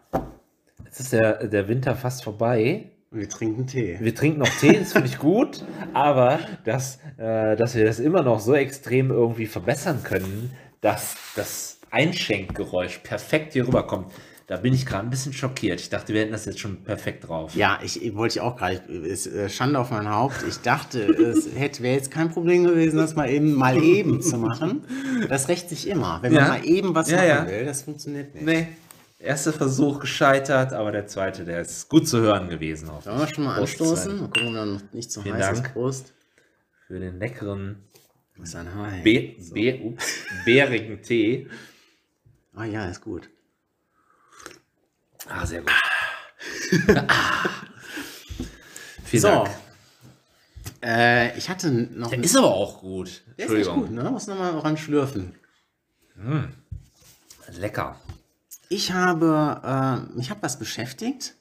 Speaker 3: Jetzt ist der, der Winter fast vorbei.
Speaker 2: trinken Tee.
Speaker 3: Wir trinken noch Tee, das finde ich [laughs] gut, aber dass, äh, dass wir das immer noch so extrem irgendwie verbessern können, dass das Einschenkgeräusch perfekt hier rüberkommt, da bin ich gerade ein bisschen schockiert. Ich dachte, wir hätten das jetzt schon perfekt drauf.
Speaker 2: Ja, ich ich- wollte ich auch gerade. ich- Ist äh, Schande auf mein Haupt. Ich dachte, es hätte wäre jetzt kein Problem gewesen, das mal eben mal eben zu machen. Das rächt sich immer. Wenn
Speaker 3: Ja.
Speaker 2: man mal eben was
Speaker 3: Ja,
Speaker 2: machen
Speaker 3: ja.
Speaker 2: will, das funktioniert nicht.
Speaker 3: Nee, erster Versuch gescheitert, aber der zweite, der ist gut zu hören gewesen.
Speaker 2: Sollen wir schon mal
Speaker 3: Prost,
Speaker 2: anstoßen?
Speaker 3: Sven.
Speaker 2: Mal gucken, ob da noch nicht zu
Speaker 3: Vielen
Speaker 2: heiß ist.
Speaker 3: Dank.
Speaker 2: Prost.
Speaker 3: Für den leckeren,
Speaker 2: Das Ist ein Hai.
Speaker 3: be be ups, [laughs] bärigen Tee.
Speaker 2: Ah ja, ist gut.
Speaker 3: Ah, sehr gut. Ah. Vielen
Speaker 2: So.
Speaker 3: Dank.
Speaker 2: Äh, ich hatte noch.
Speaker 3: Der ist aber auch gut.
Speaker 2: Der ist echt gut, ne? Muss nochmal ran schlürfen.
Speaker 3: Lecker.
Speaker 2: Ich habe äh, mich hab was beschäftigt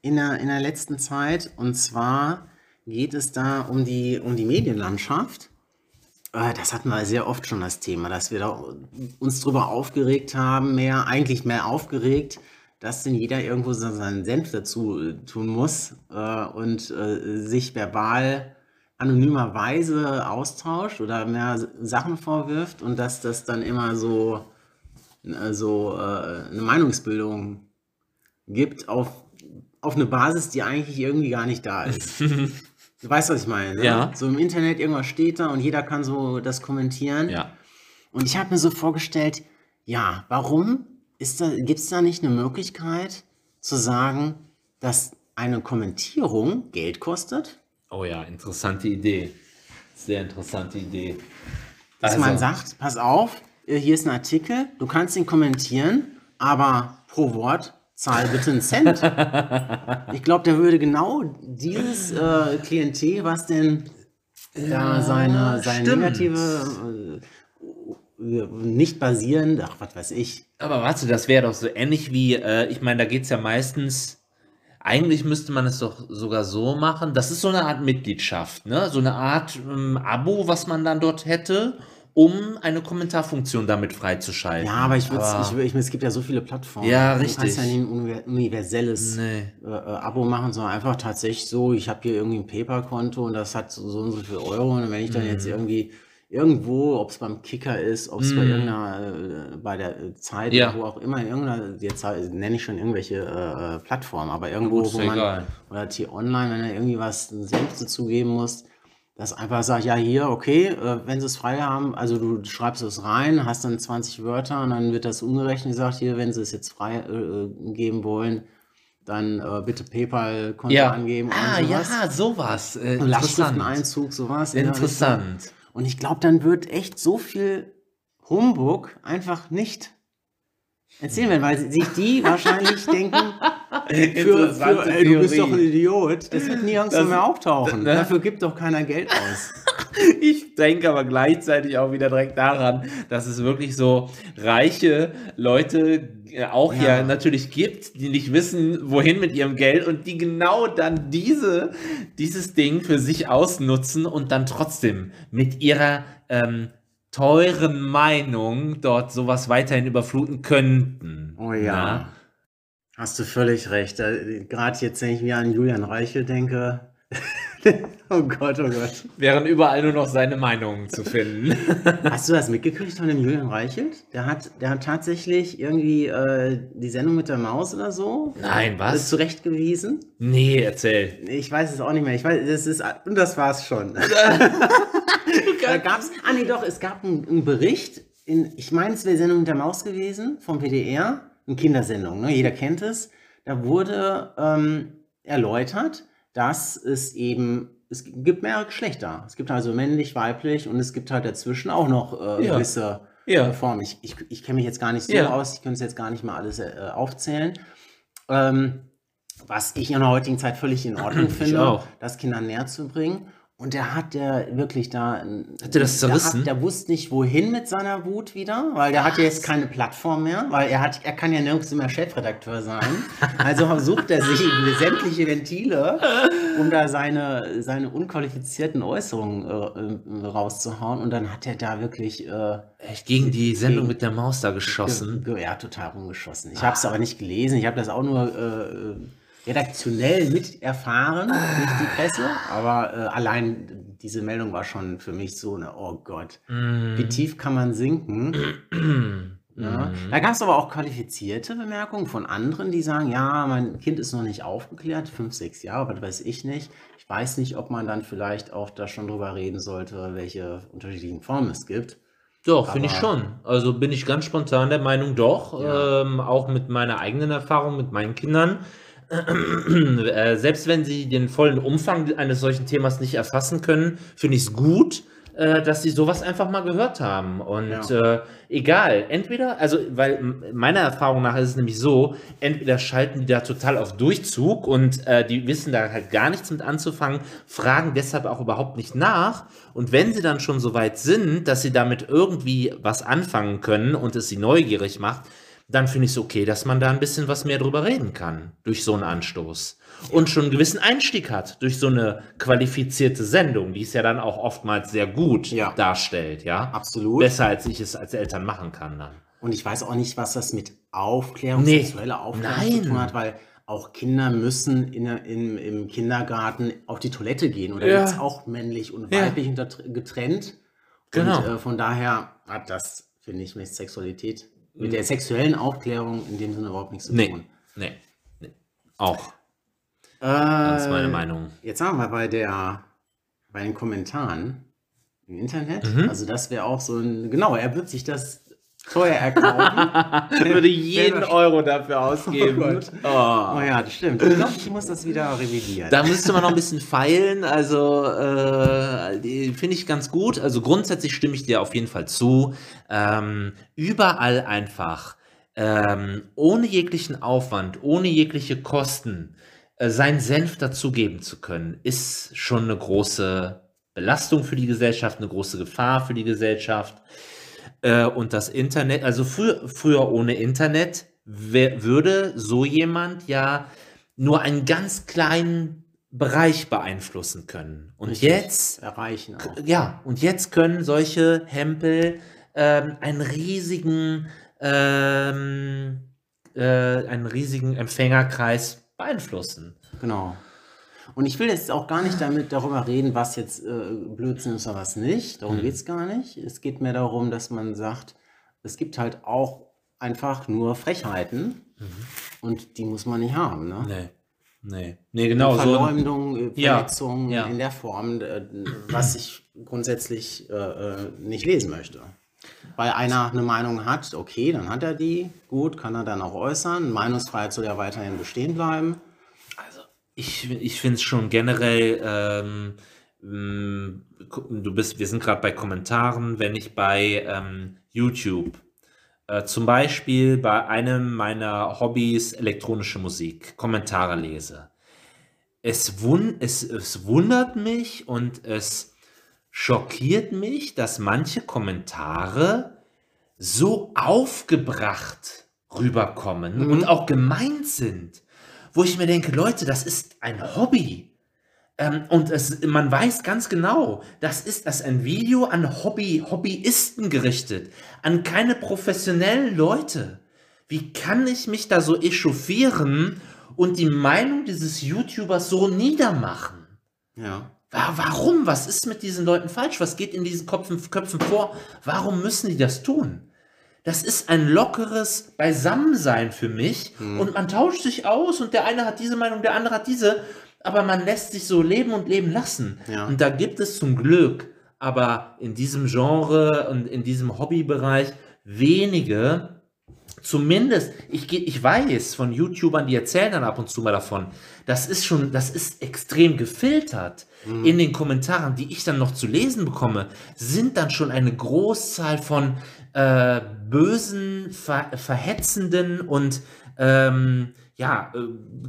Speaker 2: in der, in der letzten Zeit und zwar geht es da um die, um die Medienlandschaft. Äh, das hatten wir sehr oft schon das Thema, dass wir da uns drüber aufgeregt haben, mehr, eigentlich mehr aufgeregt, dass denn jeder irgendwo so seinen Senf dazu äh, tun muss äh, und äh, sich verbal anonymerweise austauscht oder mehr Sachen vorwirft und dass das dann immer so also äh, eine Meinungsbildung gibt auf, auf eine Basis, die eigentlich irgendwie gar nicht da ist. du weißt, was ich meine. Ne?
Speaker 3: Ja.
Speaker 2: So im Internet irgendwas steht da und jeder kann so das kommentieren.
Speaker 3: Ja.
Speaker 2: Und ich habe mir so vorgestellt, ja, warum ist da, gibt es da nicht eine Möglichkeit zu sagen, dass eine Kommentierung Geld kostet?
Speaker 3: Oh ja, interessante Idee. Sehr interessante Idee. Also,
Speaker 2: Dass man sagt, pass auf, äh, hier ist ein Artikel, du kannst ihn kommentieren, aber pro Wort zahl bitte einen Cent.
Speaker 3: [laughs]
Speaker 2: ich glaube, der würde genau dieses äh, Klientel, was denn da seine, seine
Speaker 3: stimmt.
Speaker 2: negative, äh, äh, nicht basierend, ach, was weiß ich,
Speaker 3: aber warte, das wäre doch so ähnlich wie, äh, ich meine, da geht es ja meistens. Eigentlich müsste man es doch sogar so machen. Das ist so eine Art Mitgliedschaft, ne? So eine Art ähm, Abo, was man dann dort hätte, um eine Kommentarfunktion damit freizuschalten.
Speaker 2: Ja, aber ich würde, ich, wür- ich, es gibt ja so viele Plattformen.
Speaker 3: Ja,
Speaker 2: Du kannst ja
Speaker 3: richtig.
Speaker 2: nicht ein univer- universelles
Speaker 3: Nee.
Speaker 2: äh, äh, Abo machen, sondern einfach tatsächlich so, ich habe hier irgendwie ein PayPal-Konto und das hat so, so und so viel Euro und wenn ich dann
Speaker 3: Mhm.
Speaker 2: jetzt irgendwie irgendwo, ob es beim Kicker ist, ob es bei irgendeiner, äh, bei der äh, Zeit,
Speaker 3: Ja.
Speaker 2: wo auch immer, in irgendeiner, jetzt halt, nenne ich schon irgendwelche äh, äh, Plattformen, aber irgendwo,
Speaker 3: gut, ist
Speaker 2: wo
Speaker 3: ja
Speaker 2: man,
Speaker 3: egal.
Speaker 2: oder T-Online, wenn du irgendwie was selbst dazugeben musst, dass einfach sagt, ja, hier, okay, äh, wenn sie es frei haben, also du schreibst es rein, hast dann 20 Wörter und dann wird das umgerechnet, sagt hier, wenn sie es jetzt frei äh, äh, geben wollen, dann äh, bitte PayPal-Konto
Speaker 3: Ja.
Speaker 2: angeben und
Speaker 3: ah,
Speaker 2: sowas.
Speaker 3: ja, sowas. Äh,
Speaker 2: Und
Speaker 3: interessant.
Speaker 2: Lastschrifteneinzug, sowas. in der
Speaker 3: Interessant.
Speaker 2: Richtung. Und ich glaube, dann wird echt so viel Humbug einfach nicht Erzählen wir, weil sich die wahrscheinlich denken, für,
Speaker 3: [laughs] Interessante
Speaker 2: für, ey, du bist
Speaker 3: Theorie.
Speaker 2: doch ein Idiot, das wird nie langsam mehr auftauchen.
Speaker 3: ne?
Speaker 2: Dafür gibt doch keiner Geld aus.
Speaker 3: [laughs] Ich denke aber gleichzeitig auch wieder direkt daran, dass es wirklich so reiche Leute äh, auch ja,
Speaker 2: Ja.
Speaker 3: natürlich gibt, die nicht wissen, wohin mit ihrem Geld und die genau dann diese, dieses Ding für sich ausnutzen und dann trotzdem mit ihrer ähm, teuren Meinung dort sowas weiterhin überfluten könnten.
Speaker 2: Oh ja.
Speaker 3: Na?
Speaker 2: Hast du völlig recht. Gerade jetzt, wenn ich mir an Julian Reichel denke. [laughs] oh Gott, oh Gott.
Speaker 3: Wären überall nur noch seine Meinungen zu finden.
Speaker 2: Hast du das mitgekriegt von dem Julian Reichelt? Der hat, der hat tatsächlich irgendwie äh, die Sendung mit der Maus oder so.
Speaker 3: [laughs] Nein, was?
Speaker 2: äh, Zurechtgewiesen.
Speaker 3: nee, erzähl.
Speaker 2: Ich weiß es auch nicht mehr. Ich weiß, das ist, und das war's schon. da gab's, ah nee, doch, es gab einen, einen Bericht, in, ich meine, es wäre Sendung mit der Maus gewesen, vom WDR, eine Kindersendung, ne? jeder kennt es. Da wurde ähm, erläutert, dass es eben, es gibt mehrere Geschlechter. Es gibt also männlich, weiblich und es gibt halt dazwischen auch noch äh,
Speaker 3: Ja.
Speaker 2: gewisse
Speaker 3: Ja.
Speaker 2: Form. Ich, ich, ich kenne mich jetzt gar nicht so
Speaker 3: Ja.
Speaker 2: aus, ich könnte es jetzt gar nicht mal alles äh, aufzählen. Ähm, was ich in der heutigen Zeit völlig in Ordnung
Speaker 3: [clears throat] Ich
Speaker 2: finde,
Speaker 3: auch.
Speaker 2: das Kindern näher zu bringen. Und der hat der wirklich da. ein-
Speaker 3: Hat der das zerrissen?
Speaker 2: Der, hat, der wusste nicht, wohin mit seiner Wut wieder, weil der hat ja jetzt keine Plattform mehr, weil er hat, er kann ja nirgends mehr Chefredakteur
Speaker 3: [laughs]
Speaker 2: sein. Also sucht er sich sämtliche Ventile, um da seine, seine unqualifizierten Äußerungen äh, äh, rauszuhauen. Und dann hat er da wirklich. Äh,
Speaker 3: Echt gegen die Sendung mit der Maus da geschossen.
Speaker 2: Ge- ge- Ja, total rumgeschossen. Ich habe es aber nicht gelesen. Ich habe das auch nur äh, äh, redaktionell miterfahren durch die Presse. Aber äh, allein diese Meldung war schon für mich so eine, oh Gott,
Speaker 3: Mhm. Mm,
Speaker 2: wie tief kann man sinken? Ja. Da gab es aber auch qualifizierte Bemerkungen von anderen, die sagen, ja, mein Kind ist noch nicht aufgeklärt, fünf, sechs Jahre, aber das weiß ich nicht. Ich weiß nicht, ob man dann vielleicht auch da schon drüber reden sollte, welche unterschiedlichen Formen es gibt.
Speaker 3: Doch, finde ich
Speaker 2: Aber-
Speaker 3: schon. Also bin ich ganz spontan der Meinung, doch. Ähm, auch mit meiner eigenen Erfahrung mit meinen Kindern. [clears throat] äh, selbst wenn sie den vollen Umfang eines solchen Themas nicht erfassen können, finde ich es gut, äh, dass sie sowas einfach mal gehört haben. Und äh, egal, entweder, also weil m- meiner Erfahrung nach ist es nämlich so, entweder schalten die da total auf Durchzug und äh, die wissen da halt gar nichts mit anzufangen, fragen deshalb auch überhaupt nicht nach. Und wenn sie dann schon so weit sind, dass sie damit irgendwie was anfangen können und es sie neugierig macht, dann finde ich es okay, dass man da ein bisschen was mehr drüber reden kann durch so einen Anstoß. Und schon einen gewissen Einstieg hat durch so eine qualifizierte Sendung, die es ja dann auch oftmals sehr gut
Speaker 2: Ja.
Speaker 3: darstellt, ja.
Speaker 2: Absolut.
Speaker 3: Besser als ich es als Eltern machen kann dann.
Speaker 2: Und ich weiß auch nicht, was das mit Aufklärung,
Speaker 3: Nee.
Speaker 2: sexueller Aufklärung
Speaker 3: Nein.
Speaker 2: zu tun hat, weil auch Kinder müssen in, der- im- im Kindergarten auf die Toilette gehen. Und da
Speaker 3: Ja.
Speaker 2: gibt's auch männlich und
Speaker 3: Ja.
Speaker 2: weiblich unter, getrennt.
Speaker 3: Genau.
Speaker 2: Und äh, von daher hat das, finde ich, mit Sexualität, mit der sexuellen Aufklärung in dem Sinne überhaupt nichts zu
Speaker 3: Mhm. Nee,
Speaker 2: tun.
Speaker 3: nee, nee. Auch, das ist meine
Speaker 2: Äh,
Speaker 3: Meinung.
Speaker 2: jetzt sagen wir bei der bei den Kommentaren im Internet.
Speaker 3: Mhm.
Speaker 2: Also das wäre auch so ein. Genau, er wird sich das teuer erkaufen.
Speaker 3: Ich würde jeden Euro dafür
Speaker 2: [laughs] Oh
Speaker 3: ausgeben.
Speaker 2: Gott.
Speaker 3: Oh.
Speaker 2: Oh ja, das stimmt. Ich glaube, ich muss das wieder revidieren.
Speaker 3: Da müsste man noch ein bisschen feilen. Also äh, die finde ich ganz gut. Also grundsätzlich stimme ich dir auf jeden Fall zu. Ähm, überall einfach, ähm, ohne jeglichen Aufwand, ohne jegliche Kosten, äh, seinen Senf dazugeben zu können, ist schon eine große Belastung für die Gesellschaft, eine große Gefahr für die Gesellschaft. Äh, und das Internet, also frü früher ohne Internet, wär, würde so jemand ja nur einen ganz kleinen Bereich beeinflussen können. Und
Speaker 2: Richtig.
Speaker 3: jetzt
Speaker 2: erreichen auch.
Speaker 3: ja, und jetzt können solche Hempel ähm, einen riesigen, ähm, äh, einen riesigen Empfängerkreis beeinflussen.
Speaker 2: Genau. Und ich will jetzt auch gar nicht damit darüber reden, was jetzt äh, Blödsinn ist oder was nicht. Darum geht's gar nicht. Es geht mehr darum, dass man sagt, es gibt halt auch einfach nur Frechheiten und die muss man nicht haben. Ne?
Speaker 3: Nee, nee, nee, genau so.
Speaker 2: Verleumdung, äh,
Speaker 3: Ja,
Speaker 2: Verletzungen
Speaker 3: ja.
Speaker 2: in der Form, äh, was ich grundsätzlich äh, äh, nicht lesen möchte. Weil einer eine Meinung hat, okay, dann hat er die, gut, kann er dann auch äußern. Meinungsfreiheit soll ja weiterhin bestehen bleiben.
Speaker 3: Ich, ich finde es schon generell, ähm, ähm, gu- du bist, wir sind gerade bei Kommentaren, wenn ich bei ähm, YouTube äh, Äh, zum Beispiel bei einem meiner Hobbys elektronische Musik, Kommentare lese. Es, wun es, es wundert mich und es schockiert mich, dass manche Kommentare so aufgebracht rüberkommen und auch gemeint sind, wo ich mir denke, Leute, das ist ein Hobby. Ähm, und es, man weiß ganz genau, das ist das ist ein Video an Hobby, Hobbyisten gerichtet, an keine professionellen Leute. Wie kann ich mich da so echauffieren und die Meinung dieses YouTubers so niedermachen?
Speaker 2: Ja.
Speaker 3: Wa- Warum? Was ist mit diesen Leuten falsch? Was geht in diesen Köpfen, Köpfen vor? Warum müssen die das tun? Das ist ein lockeres Beisammensein für mich und man tauscht sich aus und der eine hat diese Meinung, der andere hat diese, aber man lässt sich so leben und leben lassen.
Speaker 2: Ja.
Speaker 3: Und da gibt es zum Glück, aber in diesem Genre und in diesem Hobbybereich wenige, zumindest, ich, geh- ich weiß von YouTubern, die erzählen dann ab und zu mal davon, das ist schon, das ist extrem gefiltert. In den Kommentaren, die ich dann noch zu lesen bekomme, sind dann schon eine Großzahl von äh, bösen, ver verhetzenden und ähm, ja, äh,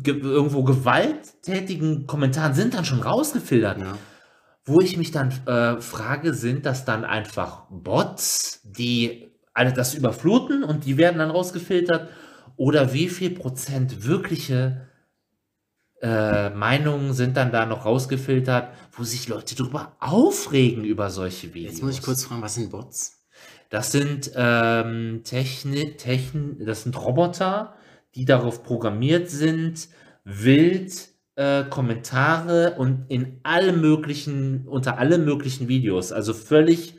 Speaker 3: ge irgendwo gewalttätigen Kommentaren sind dann schon rausgefiltert.
Speaker 2: Ja.
Speaker 3: Wo ich mich dann äh, frage, sind das dann einfach Bots, die alle das überfluten und die werden dann rausgefiltert? Oder wie viel Prozent wirkliche äh, Meinungen sind dann da noch rausgefiltert, wo sich Leute drüber aufregen über solche Videos?
Speaker 2: Jetzt muss ich kurz fragen, was sind Bots?
Speaker 3: Das sind ähm, Techni Techn das sind Roboter, die darauf programmiert sind, wild äh, Kommentare und in alle möglichen, unter alle möglichen Videos, also völlig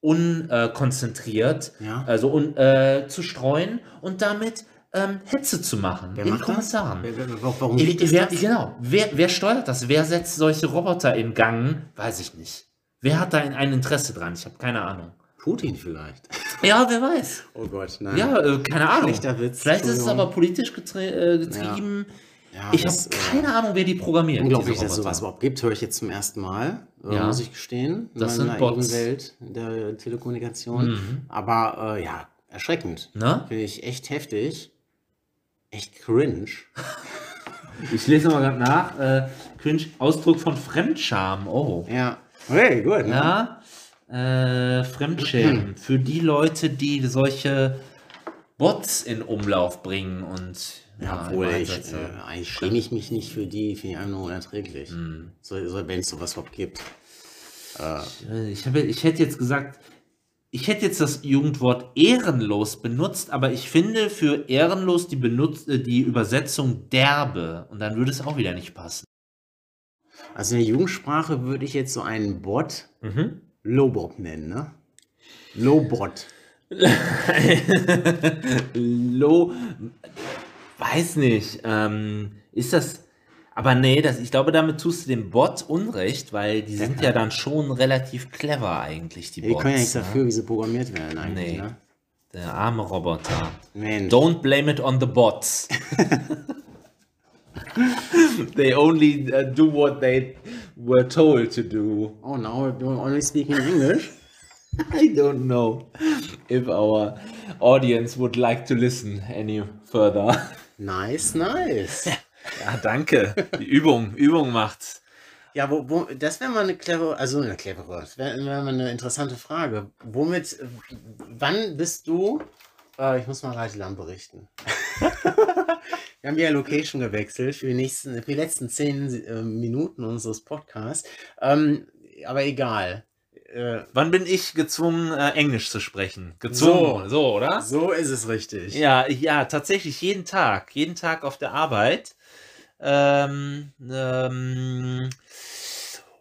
Speaker 3: unkonzentriert,
Speaker 2: Ja.
Speaker 3: also un, äh, zu streuen und damit ähm, Hetze zu machen
Speaker 2: Wer
Speaker 3: in
Speaker 2: macht das?
Speaker 3: Kommentaren.
Speaker 2: Wer, wer, wa- warum
Speaker 3: Ich-
Speaker 2: gibt es
Speaker 3: wer,
Speaker 2: das?
Speaker 3: Genau. Wer, wer steuert das? Wer setzt solche Roboter in Gang? Weiß ich nicht. Wer hat da ein, ein Interesse dran? Ich habe keine Ahnung.
Speaker 2: Putin vielleicht.
Speaker 3: Ja, wer weiß.
Speaker 2: Oh Gott, nein.
Speaker 3: Ja, äh, keine Ahnung.
Speaker 2: Schlechter Witz,
Speaker 3: Vielleicht ist es
Speaker 2: Entschuldigung.
Speaker 3: aber politisch getrie- äh, getrieben.
Speaker 2: Ja,
Speaker 3: ich habe
Speaker 2: das, äh,
Speaker 3: keine Ahnung, wer die programmiert.
Speaker 2: Unglaublich,
Speaker 3: diese
Speaker 2: dass es
Speaker 3: Roboter.
Speaker 2: sowas überhaupt gibt, höre ich jetzt zum ersten Mal, äh,
Speaker 3: Ja.
Speaker 2: muss ich gestehen. in
Speaker 3: Das
Speaker 2: meiner naiven
Speaker 3: sind Bots. Mhm.
Speaker 2: Welt der Telekommunikation. Aber äh, ja, erschreckend.
Speaker 3: Ne?
Speaker 2: Finde ich echt heftig. Echt cringe.
Speaker 3: Ich lese mal gerade nach. Äh, cringe, Ausdruck von Fremdscham. Oh.
Speaker 2: Ja. Hey, gut. ne?
Speaker 3: Ja. Äh, Fremdschämen. Für die Leute, die solche Bots in Umlauf bringen und.
Speaker 2: Ja,
Speaker 3: im
Speaker 2: obwohl ich,
Speaker 3: Einsatz
Speaker 2: äh,
Speaker 3: sind.
Speaker 2: eigentlich schäme ich mich nicht für die, finde ich einfach nur unerträglich.
Speaker 3: Mhm.
Speaker 2: So, so, Wenn es sowas überhaupt gibt.
Speaker 3: Ich, habe, ich hätte jetzt gesagt, ich hätte jetzt das Jugendwort ehrenlos benutzt, aber ich finde für ehrenlos die, benutz, äh, die Übersetzung derbe und dann würde es auch wieder nicht passen.
Speaker 2: Also in der Jugendsprache würde ich jetzt so einen Bot
Speaker 3: Mhm.
Speaker 2: Lobot nennen, ne? Lobot.
Speaker 3: Lo, weiß nicht, ähm, ist das, aber nee, das, ich glaube, damit tust du dem Bot Unrecht, weil die sind ja dann schon relativ clever eigentlich, die
Speaker 2: Ja, die
Speaker 3: Bots.
Speaker 2: können ja nichts
Speaker 3: ne?
Speaker 2: dafür, wie sie programmiert werden eigentlich,
Speaker 3: Nee.
Speaker 2: ne?
Speaker 3: Der arme Roboter.
Speaker 2: Mensch.
Speaker 3: Don't blame it on the bots. [laughs] they only uh, do what they were told to do.
Speaker 2: Oh, now we're doing only speaking English.
Speaker 3: I don't know if our audience would like to listen any further.
Speaker 2: Nice, nice.
Speaker 3: [laughs] Ja, danke. Die Übung, Übung macht's.
Speaker 2: Ja, wo, wo, das wäre mal eine clevere, also eine clevere, das wäre wär mal eine interessante Frage. Womit, äh, wann bist du, äh, ich muss mal gerade die Lampe
Speaker 3: [laughs]
Speaker 2: richten. Wir haben ja Location gewechselt für die, nächsten, für die letzten zehn äh, Minuten unseres Podcasts. Ähm, aber egal. Äh,
Speaker 3: Wann bin ich gezwungen, äh, Englisch zu sprechen? Gezwungen, so, oder?
Speaker 2: so ist es richtig.
Speaker 3: Ja, ja, tatsächlich jeden Tag, jeden Tag auf der Arbeit. Ähm, ähm,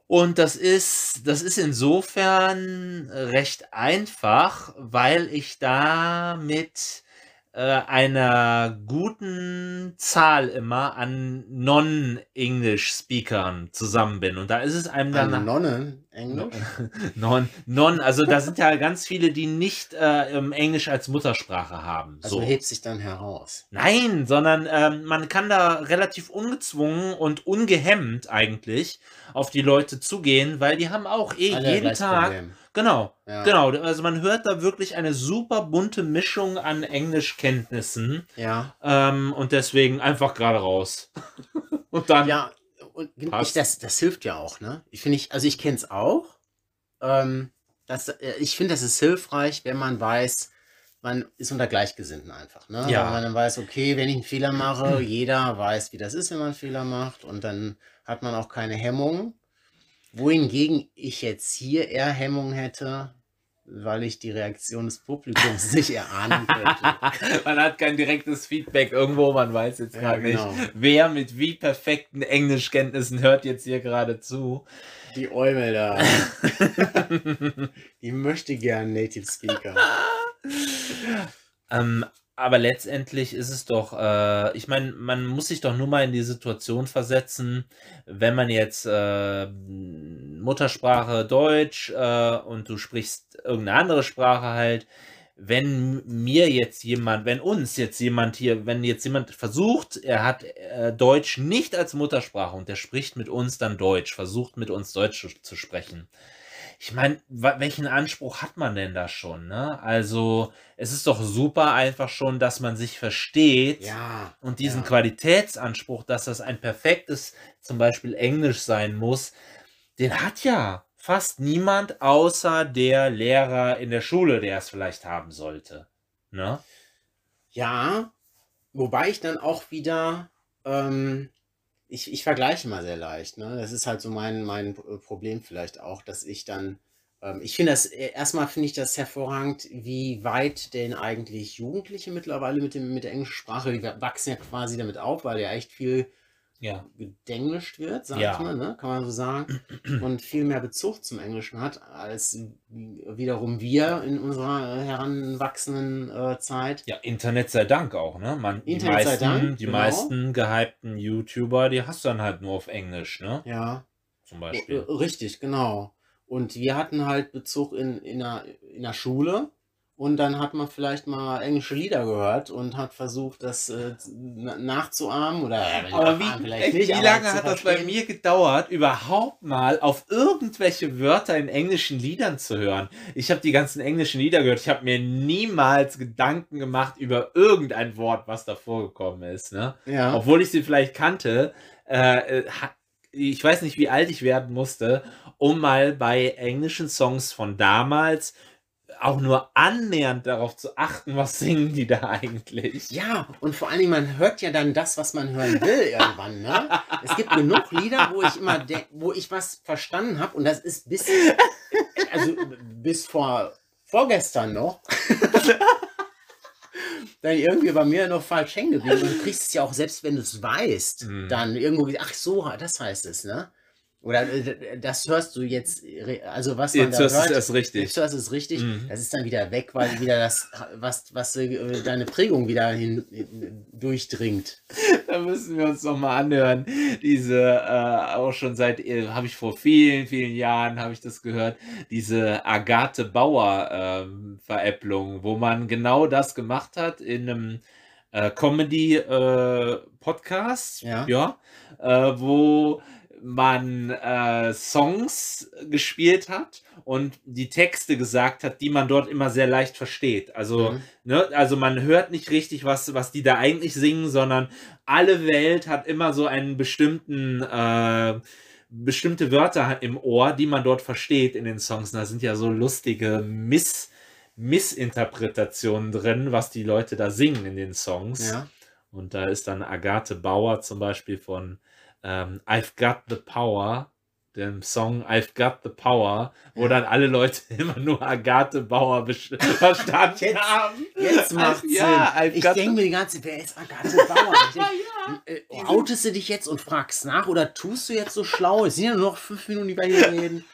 Speaker 3: und das ist, das ist insofern recht einfach, weil ich da mit äh, einer guten Zahl immer an Non-English-Speakern zusammen bin. Und da ist es einem dann
Speaker 2: Eine Nonne, Englisch.
Speaker 3: Non, non, also da sind ja ganz viele, die nicht äh, ähm, Englisch als Muttersprache haben.
Speaker 2: Also
Speaker 3: So.
Speaker 2: hebt sich dann heraus.
Speaker 3: Nein, sondern ähm, man kann da relativ ungezwungen und ungehemmt eigentlich auf die Leute zugehen, weil die haben auch eh
Speaker 2: Alle
Speaker 3: jeden
Speaker 2: gleiches
Speaker 3: Tag
Speaker 2: Problem.
Speaker 3: Genau,
Speaker 2: Ja.
Speaker 3: genau. Also man hört da wirklich eine super bunte Mischung an Englischkenntnissen
Speaker 2: Ja.
Speaker 3: ähm, und deswegen einfach gerade raus. [laughs] und dann,
Speaker 2: Ja, und ich,
Speaker 3: Passt.
Speaker 2: das, das hilft ja auch, ne? Ich finde, ich, also ich kenne es auch. Ähm, das, äh, ich finde, das ist hilfreich, wenn man weiß, man ist unter Gleichgesinnten einfach, ne?
Speaker 3: Ja.
Speaker 2: Wenn man dann weiß, okay, wenn ich einen Fehler
Speaker 3: [clears throat]
Speaker 2: mache, jeder weiß, wie das ist, wenn man einen Fehler macht und dann hat man auch keine Hemmung. Wohingegen ich jetzt hier eher Hemmung hätte, weil ich die Reaktion des
Speaker 3: [laughs]
Speaker 2: Publikums nicht erahnen könnte.
Speaker 3: man hat kein direktes Feedback irgendwo, man weiß jetzt
Speaker 2: Ja,
Speaker 3: gerade
Speaker 2: genau.
Speaker 3: nicht, wer mit wie perfekten Englischkenntnissen hört jetzt hier gerade zu.
Speaker 2: Die Eumel da. Die möchte gern Native Speaker.
Speaker 3: Ähm, aber letztendlich ist es doch, äh, ich meine, man muss sich doch nur mal in die Situation versetzen, wenn man jetzt äh, Muttersprache Deutsch äh, und du sprichst irgendeine andere Sprache halt, wenn mir jetzt jemand, wenn uns jetzt jemand hier, wenn jetzt jemand versucht, er hat äh, Deutsch nicht als Muttersprache und der spricht mit uns dann Deutsch, versucht mit uns Deutsch zu, zu sprechen. Ich meine, wa- welchen Anspruch hat man denn da schon? Ne? Also, es ist doch super einfach schon, dass man sich versteht
Speaker 2: Ja.
Speaker 3: und diesen
Speaker 2: ja.
Speaker 3: Qualitätsanspruch, dass das ein perfektes, zum Beispiel Englisch sein muss, den hat ja fast niemand außer der Lehrer in der Schule, der es vielleicht haben sollte. Ne?
Speaker 2: Ja, wobei ich dann auch wieder, ähm, ich, ich vergleiche mal sehr leicht. Ne? Das ist halt so mein, mein äh, Problem vielleicht auch, dass ich dann, ähm, ich finde das, äh, erstmal finde ich das hervorragend, wie weit denn eigentlich Jugendliche mittlerweile mit, dem, mit der englischen Sprache, die wachsen ja quasi damit auf, weil ja echt viel
Speaker 3: Ja.
Speaker 2: gedenglischt wird, sag
Speaker 3: Ja.
Speaker 2: ich mal, ne? kann man so sagen, und viel mehr Bezug zum Englischen hat, als wiederum wir in unserer äh, heranwachsenden äh, Zeit.
Speaker 3: Ja, Internet sei Dank auch, ne? Man, die
Speaker 2: Internet sei
Speaker 3: meisten,
Speaker 2: Dank,
Speaker 3: die
Speaker 2: genau.
Speaker 3: meisten gehypten YouTuber, die hast du dann halt nur auf Englisch, ne?
Speaker 2: Ja.
Speaker 3: Zum
Speaker 2: Ja,
Speaker 3: Beispiel.
Speaker 2: äh, Richtig, genau. Und wir hatten halt Bezug in, in, der, in der Schule und dann hat man vielleicht mal englische Lieder gehört und hat versucht, das äh, z- na- nachzuahmen oder äh,
Speaker 3: Aber
Speaker 2: nachzuahmen
Speaker 3: wie, echt, wie
Speaker 2: aber
Speaker 3: lange
Speaker 2: zu
Speaker 3: hat das bei
Speaker 2: verstehen.
Speaker 3: mir gedauert, überhaupt mal auf irgendwelche Wörter in englischen Liedern zu hören? Ich habe die ganzen englischen Lieder gehört. Ich habe mir niemals Gedanken gemacht über irgendein Wort, was da vorgekommen ist. Ne?
Speaker 2: Ja,
Speaker 3: Obwohl ich sie vielleicht kannte. Äh, äh, ha- ich weiß nicht, wie alt ich werden musste, um mal bei englischen Songs von damals auch nur annähernd darauf zu achten, was singen die da eigentlich.
Speaker 2: ja, und vor allen Dingen, man hört ja dann das, was man hören
Speaker 3: [laughs]
Speaker 2: will irgendwann, ne? Es gibt genug Lieder, wo ich immer denk, wo ich was verstanden habe und das ist bis, also bis vor vorgestern
Speaker 3: [laughs]
Speaker 2: noch, dann irgendwie bei mir noch falsch hängen geblieben. Und du kriegst es ja auch selbst, wenn du es weißt,
Speaker 3: Mhm.
Speaker 2: dann irgendwo, ach so, das heißt es, ne? Oder äh, das hörst du jetzt, re- also was man
Speaker 3: Jetzt
Speaker 2: da
Speaker 3: hörst du es
Speaker 2: hört,
Speaker 3: erst richtig.
Speaker 2: Jetzt hörst du es richtig.
Speaker 3: Mhm.
Speaker 2: Das ist dann wieder weg, weil wieder das, was, was äh, deine Prägung wieder hin, hin durchdringt.
Speaker 3: [laughs] Da müssen wir uns nochmal anhören. Diese, äh, auch schon seit, äh, habe ich vor vielen, vielen Jahren, habe ich das gehört, diese Agathe Bauer ähm, Veräpplung, wo man genau das gemacht hat in einem äh, Comedy-Podcast,
Speaker 2: Ja.
Speaker 3: ja äh, wo man äh, Songs gespielt hat und die Texte gesagt hat, die man dort immer sehr leicht versteht. Also
Speaker 2: Mhm.
Speaker 3: Ne? Also man hört nicht richtig, was, was die da eigentlich singen, sondern alle Welt hat immer so einen bestimmten, äh, bestimmte Wörter im Ohr, die man dort versteht in den Songs. Und da sind ja so lustige Miss, Missinterpretationen drin, was die Leute da singen in den Songs.
Speaker 2: Ja.
Speaker 3: Und da ist dann Agathe Bauer zum Beispiel von ähm, I've Got the Power, dem Song I've Got the Power, wo
Speaker 2: Ja.
Speaker 3: dann alle Leute [laughs] immer nur Agathe Bauer besch- [laughs] verstanden
Speaker 2: Jetzt-
Speaker 3: haben.
Speaker 2: Jetzt macht's
Speaker 3: Also, ja,
Speaker 2: Sinn.
Speaker 3: I've
Speaker 2: Ich
Speaker 3: got
Speaker 2: denke mir die ganze Zeit, wer ist Agathe
Speaker 3: [laughs]
Speaker 2: Bauer? Ich denk, äh, outest du dich jetzt und fragst nach oder tust du jetzt so schlau? Es sind ja nur noch fünf Minuten, die wir hier reden.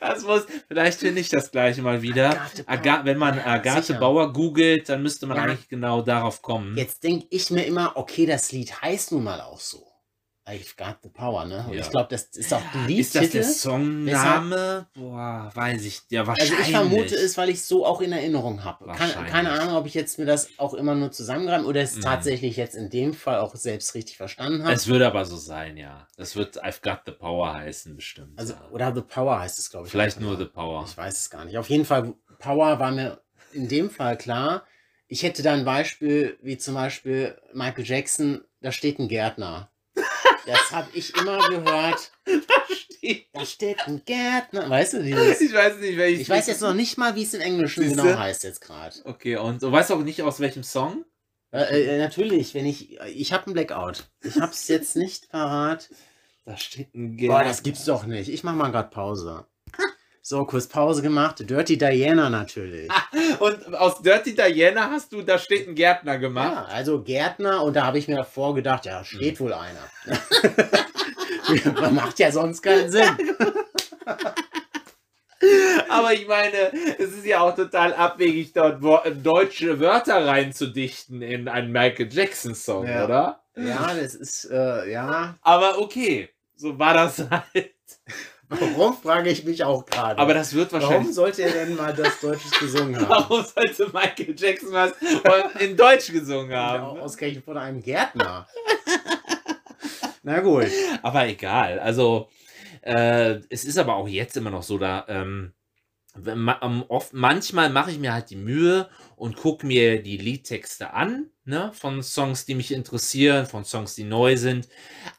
Speaker 3: Das muss, vielleicht finde ich das gleich mal wieder.
Speaker 2: Agathe Bauer.
Speaker 3: Aga wenn man
Speaker 2: Ja,
Speaker 3: Agathe
Speaker 2: sicher.
Speaker 3: Bauer googelt, dann müsste man
Speaker 2: Ja.
Speaker 3: eigentlich genau darauf kommen.
Speaker 2: Jetzt denke ich mir immer, okay, das Lied heißt nun mal auch so. I've got the power, ne? Und
Speaker 3: Ja.
Speaker 2: ich glaube, das ist auch ein
Speaker 3: Ist das der
Speaker 2: Liedtitel.
Speaker 3: Songname? Boah, weiß ich. Ja, wahrscheinlich.
Speaker 2: Also ich vermute es, weil ich es so auch in Erinnerung habe. Keine,
Speaker 3: Wahrscheinlich.
Speaker 2: keine Ahnung, ob ich jetzt mir das auch immer nur zusammengraben oder es
Speaker 3: Mhm.
Speaker 2: tatsächlich jetzt in dem Fall auch selbst richtig verstanden habe.
Speaker 3: Es würde aber so sein, ja. Es wird I've Got the Power heißen, bestimmt.
Speaker 2: Also,
Speaker 3: ja.
Speaker 2: oder The Power heißt es, glaube ich.
Speaker 3: Vielleicht
Speaker 2: einfach
Speaker 3: nur
Speaker 2: mal.
Speaker 3: The Power.
Speaker 2: Ich weiß es gar nicht. Auf jeden Fall, Power war mir in dem Fall klar. Ich hätte da ein Beispiel, wie zum Beispiel Michael Jackson, da steht ein Gärtner. Das habe ich immer gehört. Da steht ein Gärtner. Weißt du,
Speaker 3: [laughs]
Speaker 2: dieses.
Speaker 3: Ich weiß nicht, welches.
Speaker 2: Ich weiß jetzt noch nicht mal, wie es im Englischen
Speaker 3: Siehste?
Speaker 2: genau heißt jetzt gerade.
Speaker 3: Okay, und du weißt auch nicht, aus welchem Song?
Speaker 2: Äh, äh, natürlich, wenn ich. Ich habe einen Blackout. Ich habe es jetzt nicht parat.
Speaker 3: Da steht ein
Speaker 2: Boah, das gibt's doch nicht. Ich mach mal gerade Pause. So, kurz Pause gemacht. Dirty Diana natürlich.
Speaker 3: Ah, Und aus Dirty Diana hast du, da steht ein Gärtner
Speaker 2: Ja,
Speaker 3: gemacht.
Speaker 2: also Gärtner und da habe ich mir davor gedacht, ja, steht
Speaker 3: Hm.
Speaker 2: wohl einer. [laughs] Macht ja sonst keinen Sinn.
Speaker 3: Aber ich meine, es ist ja auch total abwegig, dort wo- äh, deutsche Wörter reinzudichten in einen Michael Jackson-Song,
Speaker 2: Ja.
Speaker 3: oder?
Speaker 2: Ja, das ist, äh, ja.
Speaker 3: Aber okay, so war das [laughs] halt.
Speaker 2: Warum frage ich mich auch gerade.
Speaker 3: Aber das wird wahrscheinlich.
Speaker 2: Warum sollte er denn mal das Deutsches gesungen haben?
Speaker 3: Warum sollte Michael Jackson was von- in Deutsch gesungen haben?
Speaker 2: Genau, Ausgerechnet von einem Gärtner. Na gut.
Speaker 3: Aber egal. Also, äh, es ist aber auch jetzt immer noch so, da. Ähm, wenn ma am- oft, manchmal mache ich mir halt die Mühe und gucke mir die Liedtexte an, ne, von Songs, die mich interessieren, von Songs, die neu sind.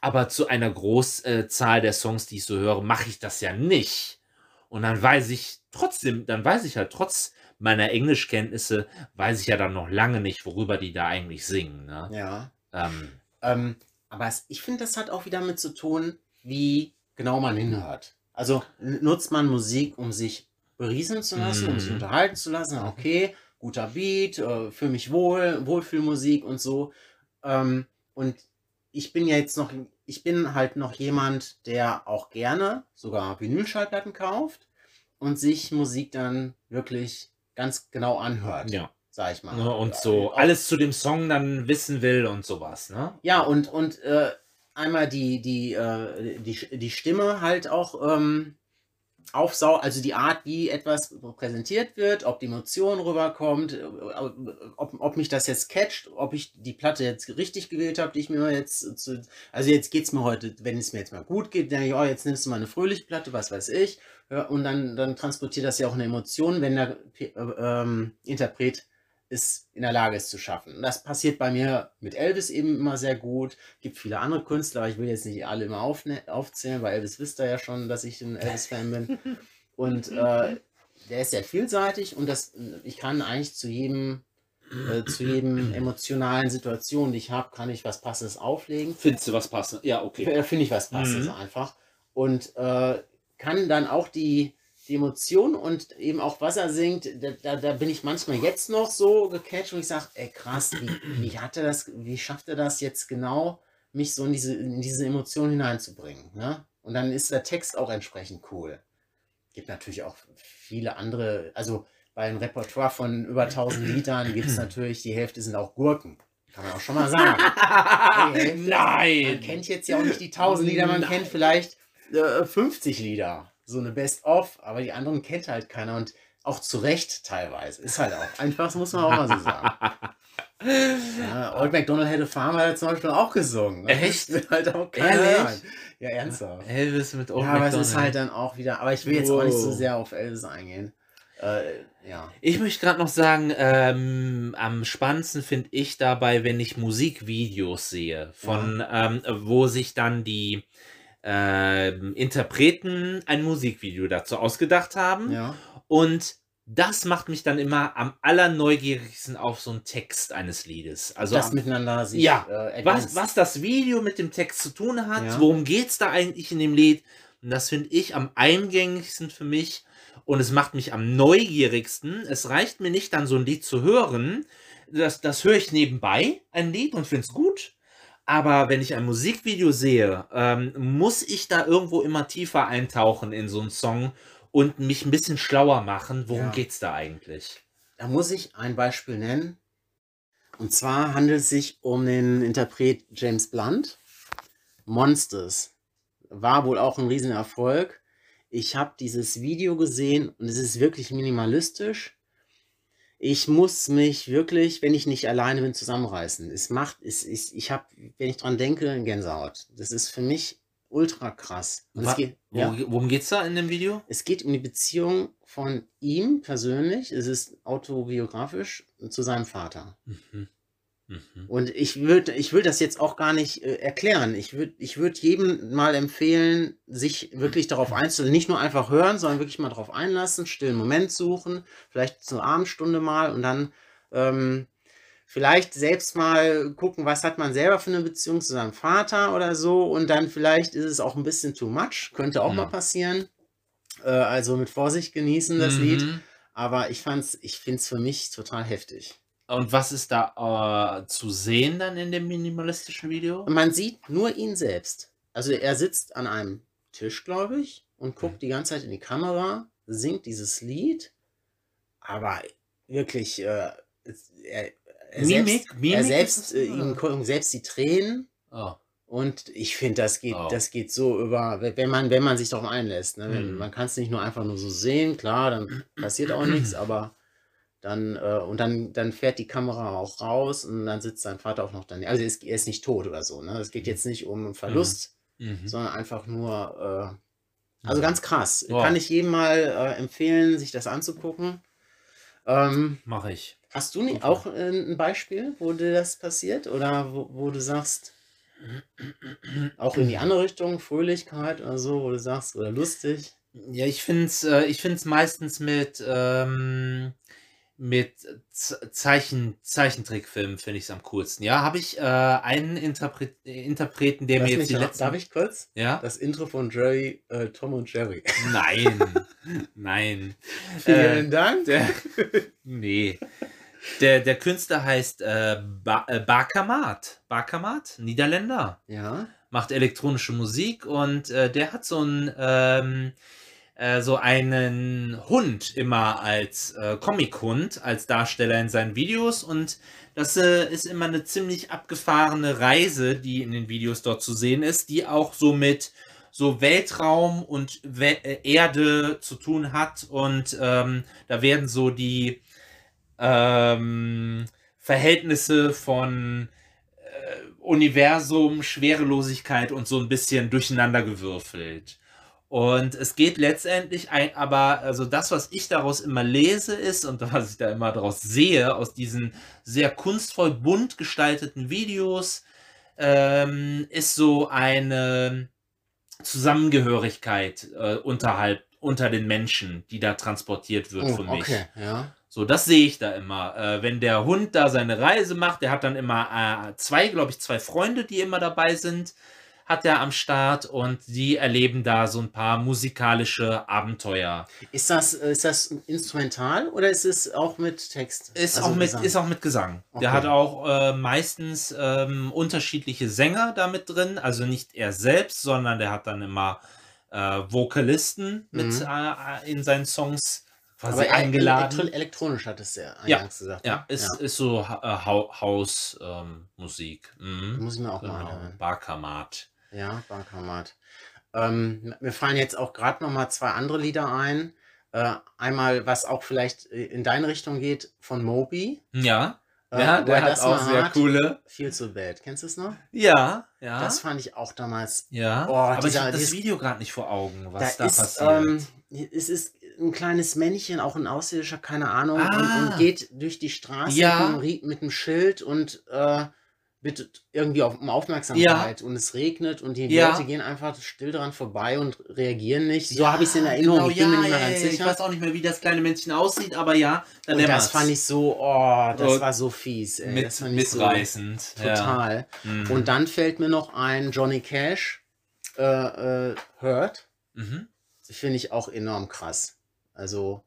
Speaker 3: Aber zu einer Großzahl der Songs, die ich so höre, mache ich das ja nicht. Und dann weiß ich trotzdem, dann weiß ich halt trotz meiner Englischkenntnisse, weiß ich ja dann noch lange nicht, worüber die da eigentlich singen. Ne?
Speaker 2: Ja.
Speaker 3: Ähm,
Speaker 2: Ähm, aber es, ich finde, das hat auch wieder mit zu tun, wie genau man hinhört. Also n- nutzt man Musik, um sich berieseln zu lassen, um sich
Speaker 3: Mhm.
Speaker 2: unterhalten zu lassen. Okay, guter Beat, äh, fühle mich wohl, Wohlfühlmusik und so. Ähm, und ich bin ja jetzt noch, ich bin halt noch jemand, der auch gerne sogar Vinylschallplatten kauft und sich Musik dann wirklich ganz genau anhört,
Speaker 3: ja.
Speaker 2: sag ich mal.
Speaker 3: Ne, und so
Speaker 2: Auch
Speaker 3: alles zu dem Song dann wissen will und sowas, ne?
Speaker 2: Ja, und, und äh, einmal die, die, äh, die, die Stimme halt auch ähm, aufsau, also die Art, wie etwas präsentiert wird, ob die Emotion rüberkommt, äh, ob, ob mich das jetzt catcht, ob ich die Platte jetzt richtig gewählt habe, die ich mir jetzt zu. Also jetzt geht's mir heute, wenn es mir jetzt mal gut geht, dann ja, jetzt nimmst du mal eine fröhliche Platte, was weiß ich. Ja, und dann, dann transportiert das ja auch eine Emotion, wenn der P- äh, ähm, Interpret ist in der Lage, es zu schaffen. Und Das passiert bei mir mit Elvis eben immer sehr gut. Gibt viele andere Künstler, aber ich will jetzt nicht alle immer aufne- aufzählen, weil Elvis wisst ihr ja schon, dass ich ein Elvis-Fan bin. Und äh, der ist sehr vielseitig und das, ich kann eigentlich zu jedem, äh, zu jedem emotionalen Situation, die ich habe, kann ich was Passendes auflegen.
Speaker 3: Findest du was passend? Ja, okay.
Speaker 2: Da finde ich was Passendes
Speaker 3: Mhm.
Speaker 2: einfach. Und äh, kann dann auch die, die Emotion und eben auch was er singt, da, da, da bin ich manchmal jetzt noch so gecatcht und ich sage, ey krass, wie, wie hat er das, wie schafft er das jetzt genau, mich so in diese, in diese Emotion hineinzubringen. Ne? Und dann ist der Text auch entsprechend cool. Gibt natürlich auch viele andere, also bei einem Repertoire von über 1000 Liedern gibt es natürlich, die Hälfte sind auch Gurken. Kann man auch schon mal sagen. Hey, Man
Speaker 3: Nein!
Speaker 2: kennt jetzt ja auch nicht die 1000 Lieder, man
Speaker 3: Nein.
Speaker 2: kennt vielleicht äh, 50 Lieder, so eine Best-of, aber die anderen kennt halt keiner und auch zu Recht teilweise. Ist halt auch einfach, das muss man auch mal so [laughs] sagen. Ja, Old MacDonald hätte Farmer hat zum Beispiel auch gesungen.
Speaker 3: Echt?
Speaker 2: Das will halt auch keiner
Speaker 3: Ehrlich?
Speaker 2: hören. Ja, ernsthaft.
Speaker 3: Elvis mit Old
Speaker 2: ja, aber es ist halt dann auch wieder, aber ich will jetzt auch nicht so
Speaker 3: Wow.
Speaker 2: sehr auf Elvis eingehen. Äh, ja.
Speaker 3: Ich möchte gerade noch sagen, ähm, am spannendsten finde ich dabei, wenn ich Musikvideos sehe, von ähm, wo sich dann die ähm, Interpreten ein Musikvideo dazu ausgedacht haben.
Speaker 2: ja.
Speaker 3: Und das macht mich dann immer am allerneugierigsten auf so einen Text eines Liedes. Also
Speaker 2: das miteinander sich
Speaker 3: Ja.
Speaker 2: äh,
Speaker 3: was,
Speaker 2: ergänzt.
Speaker 3: was das Video mit dem Text zu tun hat,
Speaker 2: Ja.
Speaker 3: worum geht es da eigentlich in dem Lied. Und das finde ich am eingängigsten für mich und es macht mich am neugierigsten. Es reicht mir nicht, dann so ein Lied zu hören. Das, das höre ich nebenbei, ein Lied, und finde es gut. Aber wenn ich ein Musikvideo sehe, ähm, muss ich da irgendwo immer tiefer eintauchen in so einen Song und mich ein bisschen schlauer machen. Worum
Speaker 2: Ja.
Speaker 3: geht's da eigentlich?
Speaker 2: Da muss ich ein Beispiel nennen. Und zwar handelt es sich um den Interpret James Blunt. Monsters. War wohl auch ein Riesenerfolg. Ich habe dieses Video gesehen und es ist wirklich minimalistisch. Ich muss mich wirklich, wenn ich nicht alleine bin, zusammenreißen. Es macht, es, es, ich habe, wenn ich dran denke, Gänsehaut. Das ist für mich ultra krass. Und es
Speaker 3: Wa-
Speaker 2: geht, um
Speaker 3: Wo,
Speaker 2: ja.
Speaker 3: Worum geht's da in dem Video?
Speaker 2: Es geht um die Beziehung von ihm persönlich, es ist autobiografisch, zu seinem Vater.
Speaker 3: Mhm. Mhm.
Speaker 2: Und ich würde, ich will das jetzt auch gar nicht äh, erklären. Ich würde, ich würde jedem mal empfehlen, sich wirklich darauf einzulassen. Nicht nur einfach hören, sondern wirklich mal darauf einlassen, stillen Moment suchen, vielleicht zur Abendstunde mal und dann ähm, vielleicht selbst mal gucken, was hat man selber für eine Beziehung zu seinem Vater oder so. Und dann vielleicht ist es auch ein bisschen too much, könnte auch
Speaker 3: Mhm.
Speaker 2: mal passieren. Äh, also mit Vorsicht genießen das Lied.
Speaker 3: Mhm.
Speaker 2: Aber ich fand's, ich find's für mich total heftig.
Speaker 3: Und was ist da äh, zu sehen dann in dem minimalistischen Video?
Speaker 2: Und man sieht nur ihn selbst. Also er sitzt an einem Tisch, glaube ich, und guckt die ganze Zeit in die Kamera, singt dieses Lied, aber wirklich, äh, es- er, er selbst,
Speaker 3: Mimik? Mimik
Speaker 2: er
Speaker 3: ist
Speaker 2: selbst,
Speaker 3: das
Speaker 2: äh,
Speaker 3: dann,
Speaker 2: ihm
Speaker 3: oder?
Speaker 2: kommen selbst die Tränen.
Speaker 3: Oh.
Speaker 2: Und ich finde, das geht,
Speaker 3: Oh.
Speaker 2: das geht so über, we- wenn man, wenn man sich darauf einlässt. Ne? Wenn,
Speaker 3: Mhm.
Speaker 2: Man kann es nicht nur einfach nur so sehen, klar, dann passiert auch
Speaker 3: [clears throat]
Speaker 2: nichts, aber dann, äh, und dann, dann fährt die Kamera auch raus und dann sitzt sein Vater auch noch daneben. Also er ist, er ist nicht tot oder so. Ne? Es geht jetzt nicht um einen Verlust,
Speaker 3: Mhm.
Speaker 2: sondern einfach nur, äh, also ganz krass.
Speaker 3: Wow.
Speaker 2: Kann ich jedem mal äh, empfehlen, sich das anzugucken. Ähm,
Speaker 3: Mache ich.
Speaker 2: hast du nicht auch äh, ein Beispiel, wo dir das passiert oder wo, wo du sagst, auch in die
Speaker 3: Hm.
Speaker 2: andere Richtung, Fröhlichkeit oder so, wo du sagst, oder lustig.
Speaker 3: Ja, ich finde es äh, ich find's meistens mit, ähm, mit Z- Zeichen, Zeichentrickfilmen finde ich es am coolsten. Ja, habe ich äh, einen Interpre Interpreten, der
Speaker 2: Lass
Speaker 3: mir jetzt
Speaker 2: mich
Speaker 3: die
Speaker 2: ra-
Speaker 3: letzten...
Speaker 2: Darf ich kurz?
Speaker 3: Ja?
Speaker 2: [laughs] Das Intro von Jerry, äh, Tom und
Speaker 3: [laughs]
Speaker 2: Jerry.
Speaker 3: Nein. Nein. Äh,
Speaker 2: Vielen Dank.
Speaker 3: Der, nee. Der, der Künstler heißt äh, ba äh, Bakamat. Bakamat, Niederländer.
Speaker 2: Ja.
Speaker 3: Macht elektronische Musik und äh, der hat so einen, ähm, äh, so einen Hund immer als äh, Comic-Hund, als Darsteller in seinen Videos und das äh, ist immer eine ziemlich abgefahrene Reise, die in den Videos dort zu sehen ist, die auch so mit so Weltraum und We äh, Erde zu tun hat und ähm, da werden so die ähm, Verhältnisse von äh, Universum, Schwerelosigkeit und so ein bisschen durcheinander gewürfelt. Und es geht letztendlich ein, aber also das, was ich daraus immer lese, ist und [laughs] was ich da immer daraus sehe, aus diesen sehr kunstvoll bunt gestalteten Videos, ähm, ist so eine Zusammengehörigkeit äh, unterhalb, unter den Menschen, die da transportiert wird
Speaker 2: Oh,
Speaker 3: für mich.
Speaker 2: okay, ja.
Speaker 3: So, das sehe ich da immer. Äh, wenn der Hund da seine Reise macht, der hat dann immer äh, zwei, glaube ich, zwei Freunde, die immer dabei sind, hat er am Start und die erleben da so ein paar musikalische Abenteuer.
Speaker 2: Ist das, äh, ist das instrumental oder ist es auch mit Text?
Speaker 3: Ist,
Speaker 2: Also
Speaker 3: auch, mit,
Speaker 2: Gesang?
Speaker 3: ist auch mit Gesang.
Speaker 2: Okay.
Speaker 3: Der hat auch äh, meistens ähm, unterschiedliche Sänger da mit drin. Also nicht er selbst, sondern der hat dann immer äh, Vokalisten mit
Speaker 2: Mhm.
Speaker 3: äh, in seinen Songs quasi
Speaker 2: aber
Speaker 3: eingeladen.
Speaker 2: Elektro elektronisch hat es ja eingangs gesagt. ne?
Speaker 3: Ja, ist, ist so ha äh, Hau- Haus ähm, Musik. Mhm.
Speaker 2: Muss ich mir auch mal
Speaker 3: Genau.
Speaker 2: anhören.
Speaker 3: Barkamat.
Speaker 2: Ja, Bankomat. Ähm, mir fallen jetzt auch gerade noch mal zwei andere Lieder ein. Äh, einmal, was auch vielleicht äh, in deine Richtung geht, von Moby.
Speaker 3: Hm, Ja,
Speaker 2: Äh,
Speaker 3: ja der
Speaker 2: Why
Speaker 3: hat
Speaker 2: Does
Speaker 3: auch
Speaker 2: My
Speaker 3: sehr Ah.
Speaker 2: Heart
Speaker 3: coole.
Speaker 2: Feel So Bad. Kennst du es noch?
Speaker 3: Ja, ja.
Speaker 2: Das fand ich auch damals.
Speaker 3: ja.
Speaker 2: Oh,
Speaker 3: Aber ich
Speaker 2: dieser-
Speaker 3: habe das
Speaker 2: dieses-
Speaker 3: Video gerade nicht vor Augen, was da,
Speaker 2: da ist,
Speaker 3: passiert.
Speaker 2: ähm, es ist ein kleines Männchen, auch ein Außerirdischer, keine Ahnung, und,
Speaker 3: Ah.
Speaker 2: und geht durch die Straße
Speaker 3: Ja.
Speaker 2: mit, einem, Rie- mit einem Schild und äh, bittet irgendwie auf, um Aufmerksamkeit. Und es regnet und die
Speaker 3: Ja.
Speaker 2: Leute gehen einfach still dran vorbei und reagieren nicht. So
Speaker 3: Ja,
Speaker 2: habe ich es in Erinnerung.
Speaker 3: genau,
Speaker 2: ich bin
Speaker 3: ja,
Speaker 2: mir nicht mehr
Speaker 3: ja,
Speaker 2: ganz
Speaker 3: ja, Ich
Speaker 2: sicher.
Speaker 3: weiß auch nicht mehr, wie das kleine Männchen aussieht, aber ja, dann
Speaker 2: und
Speaker 3: der
Speaker 2: das
Speaker 3: Mats.
Speaker 2: fand ich so, oh, das
Speaker 3: Und
Speaker 2: war so fies. Ey.
Speaker 3: mit,
Speaker 2: das fand ich so
Speaker 3: mitreißend. Ja.
Speaker 2: total.
Speaker 3: Mhm.
Speaker 2: Und dann fällt mir noch ein Johnny Cash, äh, äh, Hurt.
Speaker 3: Mhm.
Speaker 2: finde ich auch enorm krass. Also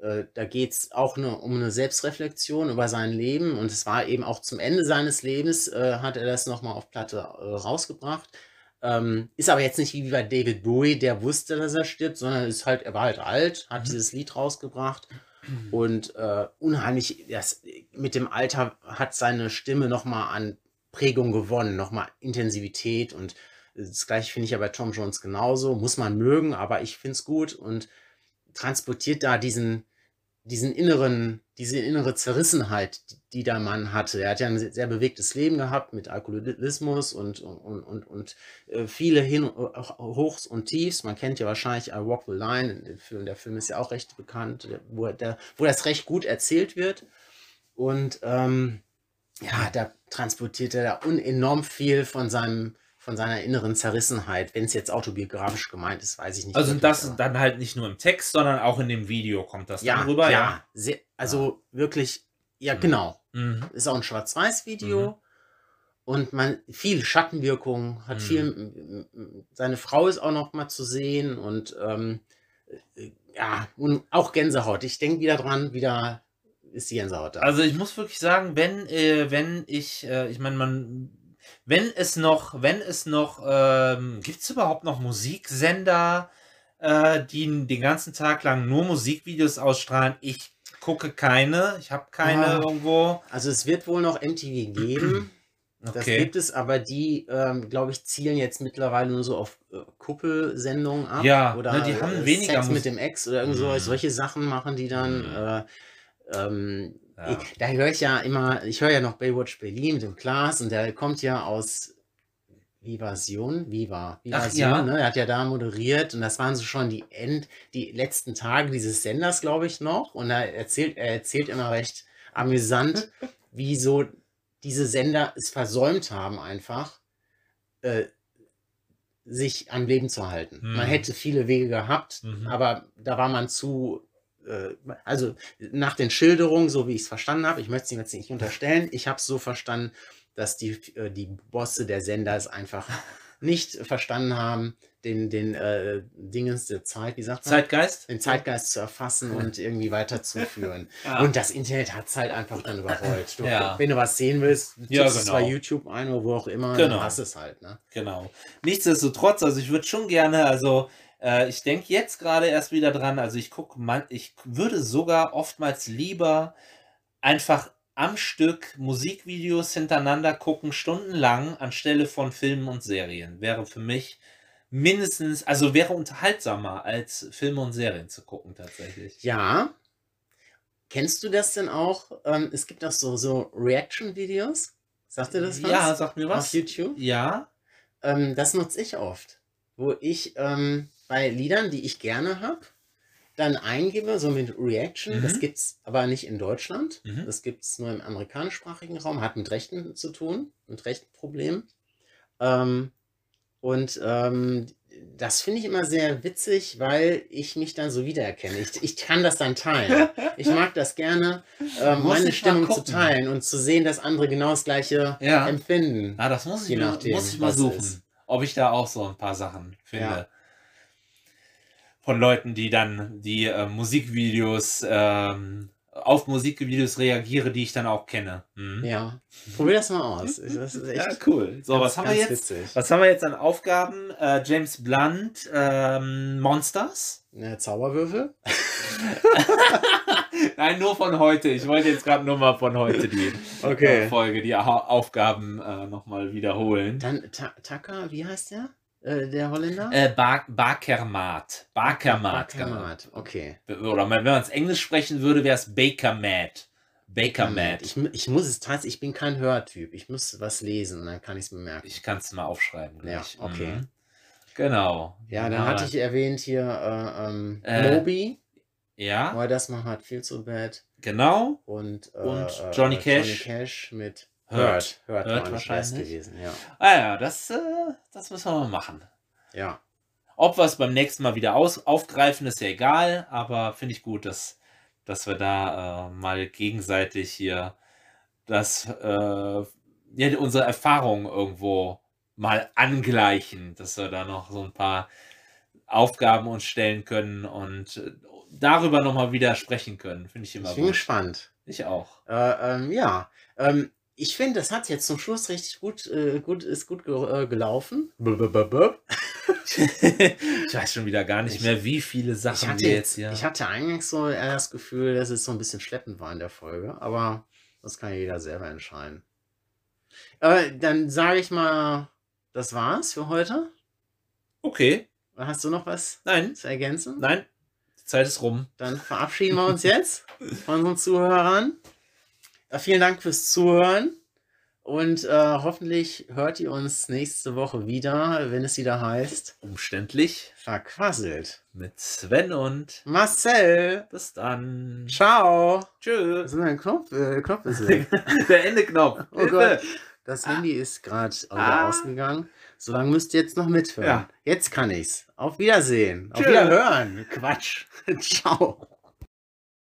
Speaker 2: äh, da geht es auch nur um eine Selbstreflexion über sein Leben und es war eben auch zum Ende seines Lebens, äh, hat er das nochmal auf Platte äh, rausgebracht. Ähm, ist aber jetzt nicht wie bei David Bowie, der wusste, dass er stirbt, sondern ist halt, er war halt alt, hat
Speaker 3: Mhm.
Speaker 2: dieses Lied rausgebracht und äh, unheimlich, das, mit dem Alter hat seine Stimme nochmal an Prägung gewonnen, nochmal Intensivität und Das gleiche finde ich ja bei Tom Jones genauso. Muss man mögen, aber ich finde es gut und transportiert da diesen, diesen inneren, diese innere Zerrissenheit, die der Mann hatte. Er hat ja ein sehr bewegtes Leben gehabt mit Alkoholismus und, und, und, und äh, viele Hin Hochs und Tiefs. Man kennt ja wahrscheinlich I Walk the Line, Film, der Film ist ja auch recht bekannt, wo, der, wo das recht gut erzählt wird. Und ähm, ja, da transportiert er da un enorm viel von seinem von seiner inneren Zerrissenheit, wenn es jetzt autobiografisch gemeint ist, weiß ich nicht.
Speaker 3: Also
Speaker 2: wirklich,
Speaker 3: das
Speaker 2: aber-
Speaker 3: ist dann halt nicht nur im Text, sondern auch in dem Video kommt das
Speaker 2: ja,
Speaker 3: dann rüber.
Speaker 2: Ja, sehr, also wirklich, ja,
Speaker 3: Mhm.
Speaker 2: genau.
Speaker 3: ja. Mhm.
Speaker 2: Ist auch ein Schwarz-Weiß-Video.
Speaker 3: Mhm.
Speaker 2: Und man viel Schattenwirkung hat
Speaker 3: Mhm.
Speaker 2: viel. m- m- m- Seine Frau ist auch noch mal zu sehen und ähm, äh, ja, und auch Gänsehaut. Ich denke wieder dran, wieder ist die Gänsehaut da.
Speaker 3: Also ich muss wirklich sagen, wenn, äh, wenn ich, äh, ich meine, man, wenn es noch, wenn es noch, ähm, gibt es überhaupt noch Musiksender, äh, die den ganzen Tag lang nur Musikvideos ausstrahlen? Ich gucke keine, ich habe keine
Speaker 2: Ah.
Speaker 3: irgendwo.
Speaker 2: Also es wird wohl noch MTV geben. Das
Speaker 3: Okay.
Speaker 2: gibt es, aber die, ähm, glaube ich, zielen jetzt mittlerweile nur so auf äh, Kuppelsendungen ab.
Speaker 3: Ja,
Speaker 2: oder
Speaker 3: ne, die haben
Speaker 2: äh,
Speaker 3: weniger
Speaker 2: Sex
Speaker 3: Mus-
Speaker 2: mit dem Ex oder irgend so,
Speaker 3: Mhm.
Speaker 2: solche Sachen machen die dann. Äh, ähm,
Speaker 3: Ja.
Speaker 2: ich, da höre ich ja immer, ich höre ja noch Baywatch Berlin mit dem Klaas und der kommt ja aus Vivasion, Viva, Vivasion,
Speaker 3: ja.
Speaker 2: ne? Er hat ja da moderiert und das waren so schon die End, die letzten Tage dieses Senders, glaube ich, noch. Und er erzählt, er erzählt immer recht
Speaker 3: [laughs]
Speaker 2: amüsant, wie so diese Sender es versäumt haben, einfach äh, sich am Leben zu halten.
Speaker 3: Hm.
Speaker 2: Man hätte viele Wege gehabt,
Speaker 3: Mhm.
Speaker 2: aber da war man zu. äh, Also nach den Schilderungen, so wie ich es verstanden habe, ich möchte es Ihnen jetzt nicht unterstellen, ich habe es so verstanden, dass die, äh, die Bosse der Sender es einfach
Speaker 3: [laughs]
Speaker 2: nicht verstanden haben, den, den äh, Dingens der Zeit, wie sagt man?
Speaker 3: Zeitgeist?
Speaker 2: den Zeitgeist zu erfassen und irgendwie weiterzuführen.
Speaker 3: [laughs] Ja.
Speaker 2: Und das Internet hat es halt einfach dann
Speaker 3: [laughs]
Speaker 2: überrollt. Du,
Speaker 3: Ja.
Speaker 2: Wenn du was sehen willst, tippst
Speaker 3: Ja,
Speaker 2: ja, es
Speaker 3: genau.
Speaker 2: bei YouTube ein oder wo auch immer,
Speaker 3: Genau.
Speaker 2: dann hast du es halt. Ne?
Speaker 3: Genau. Nichtsdestotrotz, also ich würde schon gerne, also äh, ich denke jetzt gerade erst wieder dran, also ich gucke, man, ich würde sogar oftmals lieber einfach am Stück Musikvideos hintereinander gucken, stundenlang, anstelle von Filmen und Serien. Wäre für mich mindestens, also wäre unterhaltsamer, als Filme und Serien zu gucken tatsächlich.
Speaker 2: Ja. Kennst du das denn auch? Ähm, es gibt auch so, so Reaction-Videos. Sagt dir das was?
Speaker 3: Ja, sag mir
Speaker 2: Auf
Speaker 3: was.
Speaker 2: YouTube?
Speaker 3: Ja.
Speaker 2: Ähm, das nutze ich oft, wo ich ähm, bei Liedern, die ich gerne habe, dann eingebe, so mit Reaction.
Speaker 3: Mhm.
Speaker 2: Das gibt es aber nicht in Deutschland.
Speaker 3: Mhm.
Speaker 2: Das gibt es nur im amerikanischsprachigen Raum. Hat mit Rechten zu tun, mit rechten Problemen. Ähm, und ähm, das finde ich immer sehr witzig, weil ich mich dann so wiedererkenne. Ich, ich kann das dann teilen. Ich mag das gerne, ähm,
Speaker 3: Muss
Speaker 2: meine
Speaker 3: ich mal
Speaker 2: Stimmung zu
Speaker 3: gucken.
Speaker 2: teilen und zu sehen, dass andere genau das gleiche
Speaker 3: Ja.
Speaker 2: empfinden.
Speaker 3: Na, das muss ich,
Speaker 2: Je
Speaker 3: mir-
Speaker 2: nachdem,
Speaker 3: muss ich mal
Speaker 2: was es
Speaker 3: suchen,
Speaker 2: ist.
Speaker 3: ob ich da auch so ein paar Sachen finde.
Speaker 2: Ja.
Speaker 3: Von Leuten, die dann die äh, Musikvideos, ähm, auf Musikvideos reagiere, die ich dann auch kenne. Mhm.
Speaker 2: Ja, probier das mal aus. Das ist echt
Speaker 3: Ja, cool. So,
Speaker 2: ganz-
Speaker 3: was haben wir
Speaker 2: ganz
Speaker 3: jetzt?
Speaker 2: Witzig.
Speaker 3: Was haben wir jetzt an Aufgaben? Äh, James Blunt, ähm, Monsters?
Speaker 2: Ne, Zauberwürfel?
Speaker 3: [laughs] Nein, nur von heute. Ich wollte jetzt gerade nur mal von heute
Speaker 2: [laughs]
Speaker 3: die äh, Folge, die Aha- Aufgaben äh, nochmal wiederholen.
Speaker 2: Dann Ta Taka, wie heißt der? Äh, der Holländer?
Speaker 3: Äh, Bar Barkermat. Barkermat. genau.
Speaker 2: Bakamat. Okay.
Speaker 3: oder wenn man es Englisch sprechen würde, wäre es Baker Mad. Baker
Speaker 2: Hm,
Speaker 3: Mad.
Speaker 2: Ich,
Speaker 3: Ich,
Speaker 2: mu- ich muss es tatsächlich, ich bin kein Hörtyp. Ich muss was lesen und dann kann ich es bemerken.
Speaker 3: ich kann es mal aufschreiben gleich.
Speaker 2: Ja, okay.
Speaker 3: Mhm. Genau.
Speaker 2: Ja, dann hatte ich erwähnt hier äh, ähm,
Speaker 3: Äh,
Speaker 2: Moby,
Speaker 3: Ja,
Speaker 2: weil das man hat viel zu bad.
Speaker 3: genau.
Speaker 2: Und, äh,
Speaker 3: Und
Speaker 2: äh,
Speaker 3: Johnny
Speaker 2: äh,
Speaker 3: Cash.
Speaker 2: Johnny Cash mit
Speaker 3: Hurt.
Speaker 2: Hurt. Hurt,
Speaker 3: Hurt
Speaker 2: war nicht best
Speaker 3: wahrscheinlich.
Speaker 2: gewesen. Ja.
Speaker 3: Ah ja, das, äh, das müssen wir mal machen.
Speaker 2: ja.
Speaker 3: Ob wir es beim nächsten Mal wieder aus aufgreifen, ist ja egal, aber finde ich gut, dass, dass wir da äh, mal gegenseitig hier das, äh, ja, unsere Erfahrungen irgendwo mal angleichen, dass wir da noch so ein paar Aufgaben uns stellen können und äh, darüber nochmal wieder sprechen können. Finde ich immer
Speaker 2: Ich bin
Speaker 3: gut.
Speaker 2: gespannt. [laughs]
Speaker 3: Ich auch.
Speaker 2: Äh, ähm, ja, ähm, ich finde, das hat jetzt zum Schluss richtig gut, äh, gut ist gut ge äh, gelaufen.
Speaker 3: ich weiß schon wieder gar nicht
Speaker 2: Ich-
Speaker 3: mehr, wie viele
Speaker 2: Ich
Speaker 3: Sachen
Speaker 2: hatte,
Speaker 3: wir
Speaker 2: jetzt,
Speaker 3: jetzt hier.
Speaker 2: ich hatte eingangs so eher das Gefühl, dass es so ein bisschen schleppend war in der Folge, aber das kann ja jeder selber entscheiden. Äh, dann sage ich mal, Das war's für heute.
Speaker 3: Okay.
Speaker 2: Hast du noch was
Speaker 3: Nein.
Speaker 2: zu ergänzen?
Speaker 3: Nein. Die Zeit ist rum.
Speaker 2: Dann verabschieden wir uns jetzt von unseren Zuhörern. Äh, vielen Dank fürs Zuhören und äh, hoffentlich hört ihr uns nächste Woche wieder, wenn es wieder heißt
Speaker 3: Umständlich
Speaker 2: Verquasselt.
Speaker 3: mit Sven und
Speaker 2: Marcel,
Speaker 3: bis dann.
Speaker 2: ciao.
Speaker 3: Tschö.
Speaker 2: Das ist ein Knopf, äh, Knopf ist weg.
Speaker 3: Der Endeknopf.
Speaker 2: Oh Gott, das Handy ist gerade
Speaker 3: Ah.
Speaker 2: ausgegangen. Solange müsst ihr jetzt noch mithören.
Speaker 3: Ja.
Speaker 2: Jetzt kann ich's. Auf Wiedersehen. Auf
Speaker 3: Tschö.
Speaker 2: Wiederhören. [laughs]
Speaker 3: Quatsch.
Speaker 2: ciao.